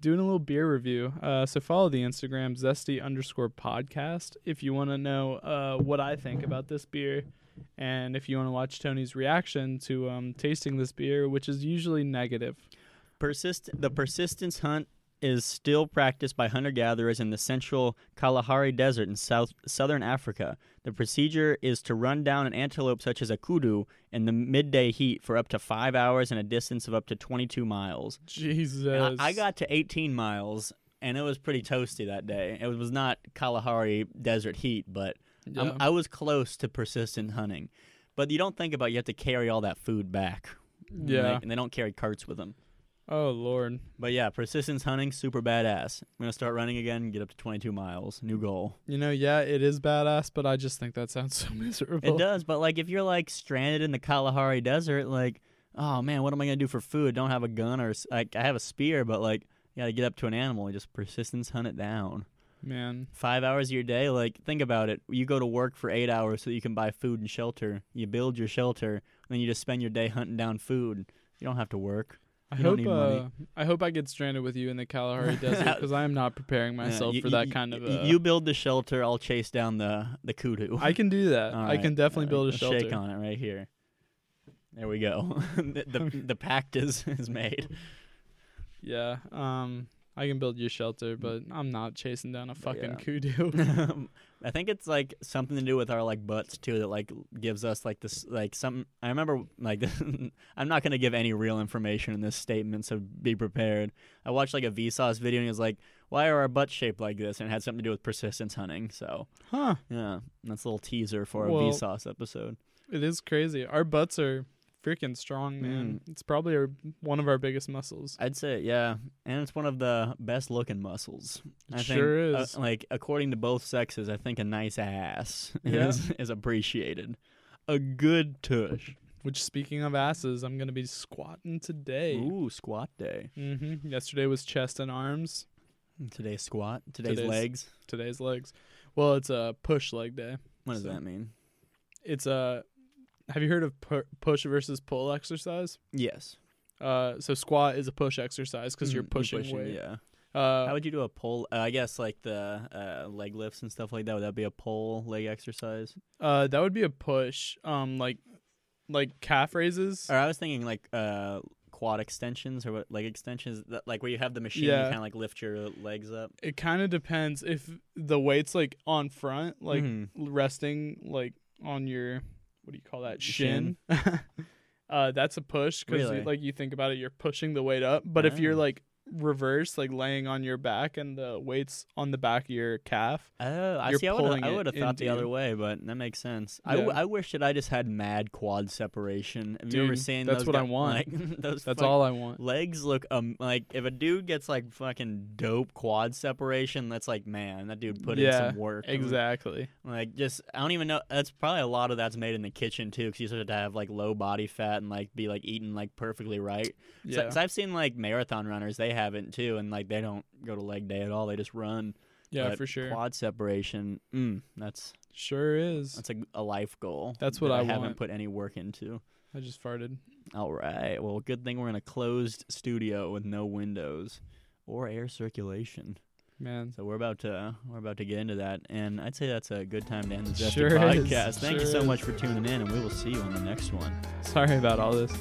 [SPEAKER 2] doing a little beer review. Uh, so follow the Instagram zesty underscore podcast if you want to know uh, what I think about this beer, and if you want to watch Tony's reaction to um, tasting this beer, which is usually negative.
[SPEAKER 1] persist the persistence hunt is still practiced by hunter gatherers in the central Kalahari Desert in south southern Africa. The procedure is to run down an antelope such as a kudu in the midday heat for up to five hours and a distance of up to 22 miles.
[SPEAKER 2] Jesus.
[SPEAKER 1] And I, I got to 18 miles and it was pretty toasty that day. It was not Kalahari Desert heat, but I'm-
[SPEAKER 2] Yeah.
[SPEAKER 1] I was close to persistent hunting. But you don't think about you have to carry all that food back. And they-
[SPEAKER 2] Yeah.
[SPEAKER 1] and they don't carry carts with them.
[SPEAKER 2] Oh lord.
[SPEAKER 1] But yeah, persistence hunting, super badass. I'm gonna start running again, get up to 22 miles, new goal.
[SPEAKER 2] You know, yeah, it is badass, but I just think that sounds so miserable.
[SPEAKER 1] It does, but like if you're like stranded in the Kalahari Desert, like, oh man, what am I gonna do for food? Don't have a gun or s- like I have a spear, but like you gotta get up to an animal and just persistence hunt it down.
[SPEAKER 2] Man.
[SPEAKER 1] Five hours of your day, like think about it. You go to work for eight hours so you can buy food and shelter. You build your shelter, and then you just spend your day hunting down food. You don't have to work.
[SPEAKER 2] I
[SPEAKER 1] You don't
[SPEAKER 2] hope
[SPEAKER 1] need money.
[SPEAKER 2] uh, I hope I get stranded with you in the Kalahari Desert because I am not preparing
[SPEAKER 1] Yeah,
[SPEAKER 2] myself
[SPEAKER 1] you-
[SPEAKER 2] for
[SPEAKER 1] you-
[SPEAKER 2] that
[SPEAKER 1] you-
[SPEAKER 2] kind of.
[SPEAKER 1] you-
[SPEAKER 2] Uh,
[SPEAKER 1] you build the shelter. I'll chase down the the kudu.
[SPEAKER 2] I can do that.
[SPEAKER 1] All
[SPEAKER 2] I
[SPEAKER 1] right,
[SPEAKER 2] can
[SPEAKER 1] all
[SPEAKER 2] definitely
[SPEAKER 1] right,
[SPEAKER 2] build a
[SPEAKER 1] I'll
[SPEAKER 2] shelter.
[SPEAKER 1] Shake on it right here. There we go. the, the the pact is is made.
[SPEAKER 2] Yeah. Um. I can build you a shelter, but I'm not chasing down a
[SPEAKER 1] Mm. But
[SPEAKER 2] fucking
[SPEAKER 1] yeah.
[SPEAKER 2] kudu.
[SPEAKER 1] I think it's like something to do with our like butts too that like gives us like this like some I remember like I'm not going to give any real information in this statement so be prepared. I watched like a Vsauce video and it was like why are our butts shaped like this and it had something to do with persistence hunting. So,
[SPEAKER 2] huh.
[SPEAKER 1] yeah, that's a little teaser for a
[SPEAKER 2] Well,
[SPEAKER 1] Vsauce episode.
[SPEAKER 2] It is crazy. Our butts are freaking
[SPEAKER 1] Mm.
[SPEAKER 2] strong, man. It's probably our, one of our biggest muscles.
[SPEAKER 1] I'd say yeah, and it's one of the best looking muscles.
[SPEAKER 2] It sure
[SPEAKER 1] uh,
[SPEAKER 2] is.
[SPEAKER 1] like according to both sexes, I think a nice ass
[SPEAKER 2] Yeah.
[SPEAKER 1] is is appreciated. A good tush.
[SPEAKER 2] Which, speaking of asses, I'm gonna be squatting today.
[SPEAKER 1] Ooh, squat day.
[SPEAKER 2] Mm-hmm. Yesterday was chest and arms.
[SPEAKER 1] Today's squat. Today's,
[SPEAKER 2] Today's-
[SPEAKER 1] legs.
[SPEAKER 2] today's legs. Well, it's a push leg day.
[SPEAKER 1] What does
[SPEAKER 2] so-
[SPEAKER 1] that mean?
[SPEAKER 2] It's a have you heard of pu- push versus pull exercise?
[SPEAKER 1] Yes,
[SPEAKER 2] Uh, so squat is a push exercise because you're
[SPEAKER 1] Mhm,
[SPEAKER 2] pushing, weight.
[SPEAKER 1] Yeah.
[SPEAKER 2] Uh,
[SPEAKER 1] How would you do a pull? Uh, I guess like the uh, leg lifts and stuff like that. Would that be a pull leg exercise?
[SPEAKER 2] uh, that would be a push. Um, like like calf raises.
[SPEAKER 1] Or I was thinking like uh, quad extensions or what leg extensions, that, like where you have the machine, you
[SPEAKER 2] Yeah.
[SPEAKER 1] kind of like lift your legs up.
[SPEAKER 2] It kind of depends if the weight's like on front, like
[SPEAKER 1] Mhm.
[SPEAKER 2] l- resting like on your what do you call that shin. uh, that's a push because
[SPEAKER 1] Really?
[SPEAKER 2] like you think about it, you're pushing the weight up. But if you're
[SPEAKER 1] Oh.
[SPEAKER 2] like reverse, like laying on your back and the weights on the back of your calf.
[SPEAKER 1] Oh, I
[SPEAKER 2] You're
[SPEAKER 1] see. I would
[SPEAKER 2] pulling
[SPEAKER 1] I
[SPEAKER 2] it
[SPEAKER 1] would have thought
[SPEAKER 2] into
[SPEAKER 1] the
[SPEAKER 2] you.
[SPEAKER 1] other way, but that makes sense. I I, w-
[SPEAKER 2] Yeah.
[SPEAKER 1] I wish that I just had mad quad separation. Have you ever
[SPEAKER 2] Dude,
[SPEAKER 1] seen
[SPEAKER 2] that's
[SPEAKER 1] those
[SPEAKER 2] what I
[SPEAKER 1] guy-
[SPEAKER 2] want.
[SPEAKER 1] Like, those
[SPEAKER 2] That's
[SPEAKER 1] fuck-
[SPEAKER 2] all I want.
[SPEAKER 1] Legs look um like if a dude gets like fucking dope quad separation, that's like man, that dude put in
[SPEAKER 2] Yeah,
[SPEAKER 1] some work.
[SPEAKER 2] Exactly.
[SPEAKER 1] Like just I don't even know. That's probably a lot of that's made in the kitchen too, because you just have to have like low body fat and like be like eating like perfectly right.
[SPEAKER 2] Yeah.
[SPEAKER 1] Because I've seen like marathon runners, they haven't too, and like they don't go to leg day at all. They just run.
[SPEAKER 2] yeah,
[SPEAKER 1] But
[SPEAKER 2] for sure.
[SPEAKER 1] Quad separation. Mm, that's
[SPEAKER 2] Sure is.
[SPEAKER 1] that's a, a life goal.
[SPEAKER 2] That's what
[SPEAKER 1] that
[SPEAKER 2] I
[SPEAKER 1] haven't
[SPEAKER 2] want.
[SPEAKER 1] put any work into.
[SPEAKER 2] I just farted.
[SPEAKER 1] All right. Well, good thing we're in a closed studio with no windows or air circulation.
[SPEAKER 2] Man.
[SPEAKER 1] So we're about to we're about to get into that, and I'd say that's a good time to end the Zesty
[SPEAKER 2] Sure is.
[SPEAKER 1] podcast. Thank you
[SPEAKER 2] Sure
[SPEAKER 1] so
[SPEAKER 2] is.
[SPEAKER 1] much for tuning in, and we will see you on the next one.
[SPEAKER 2] Sorry about all this.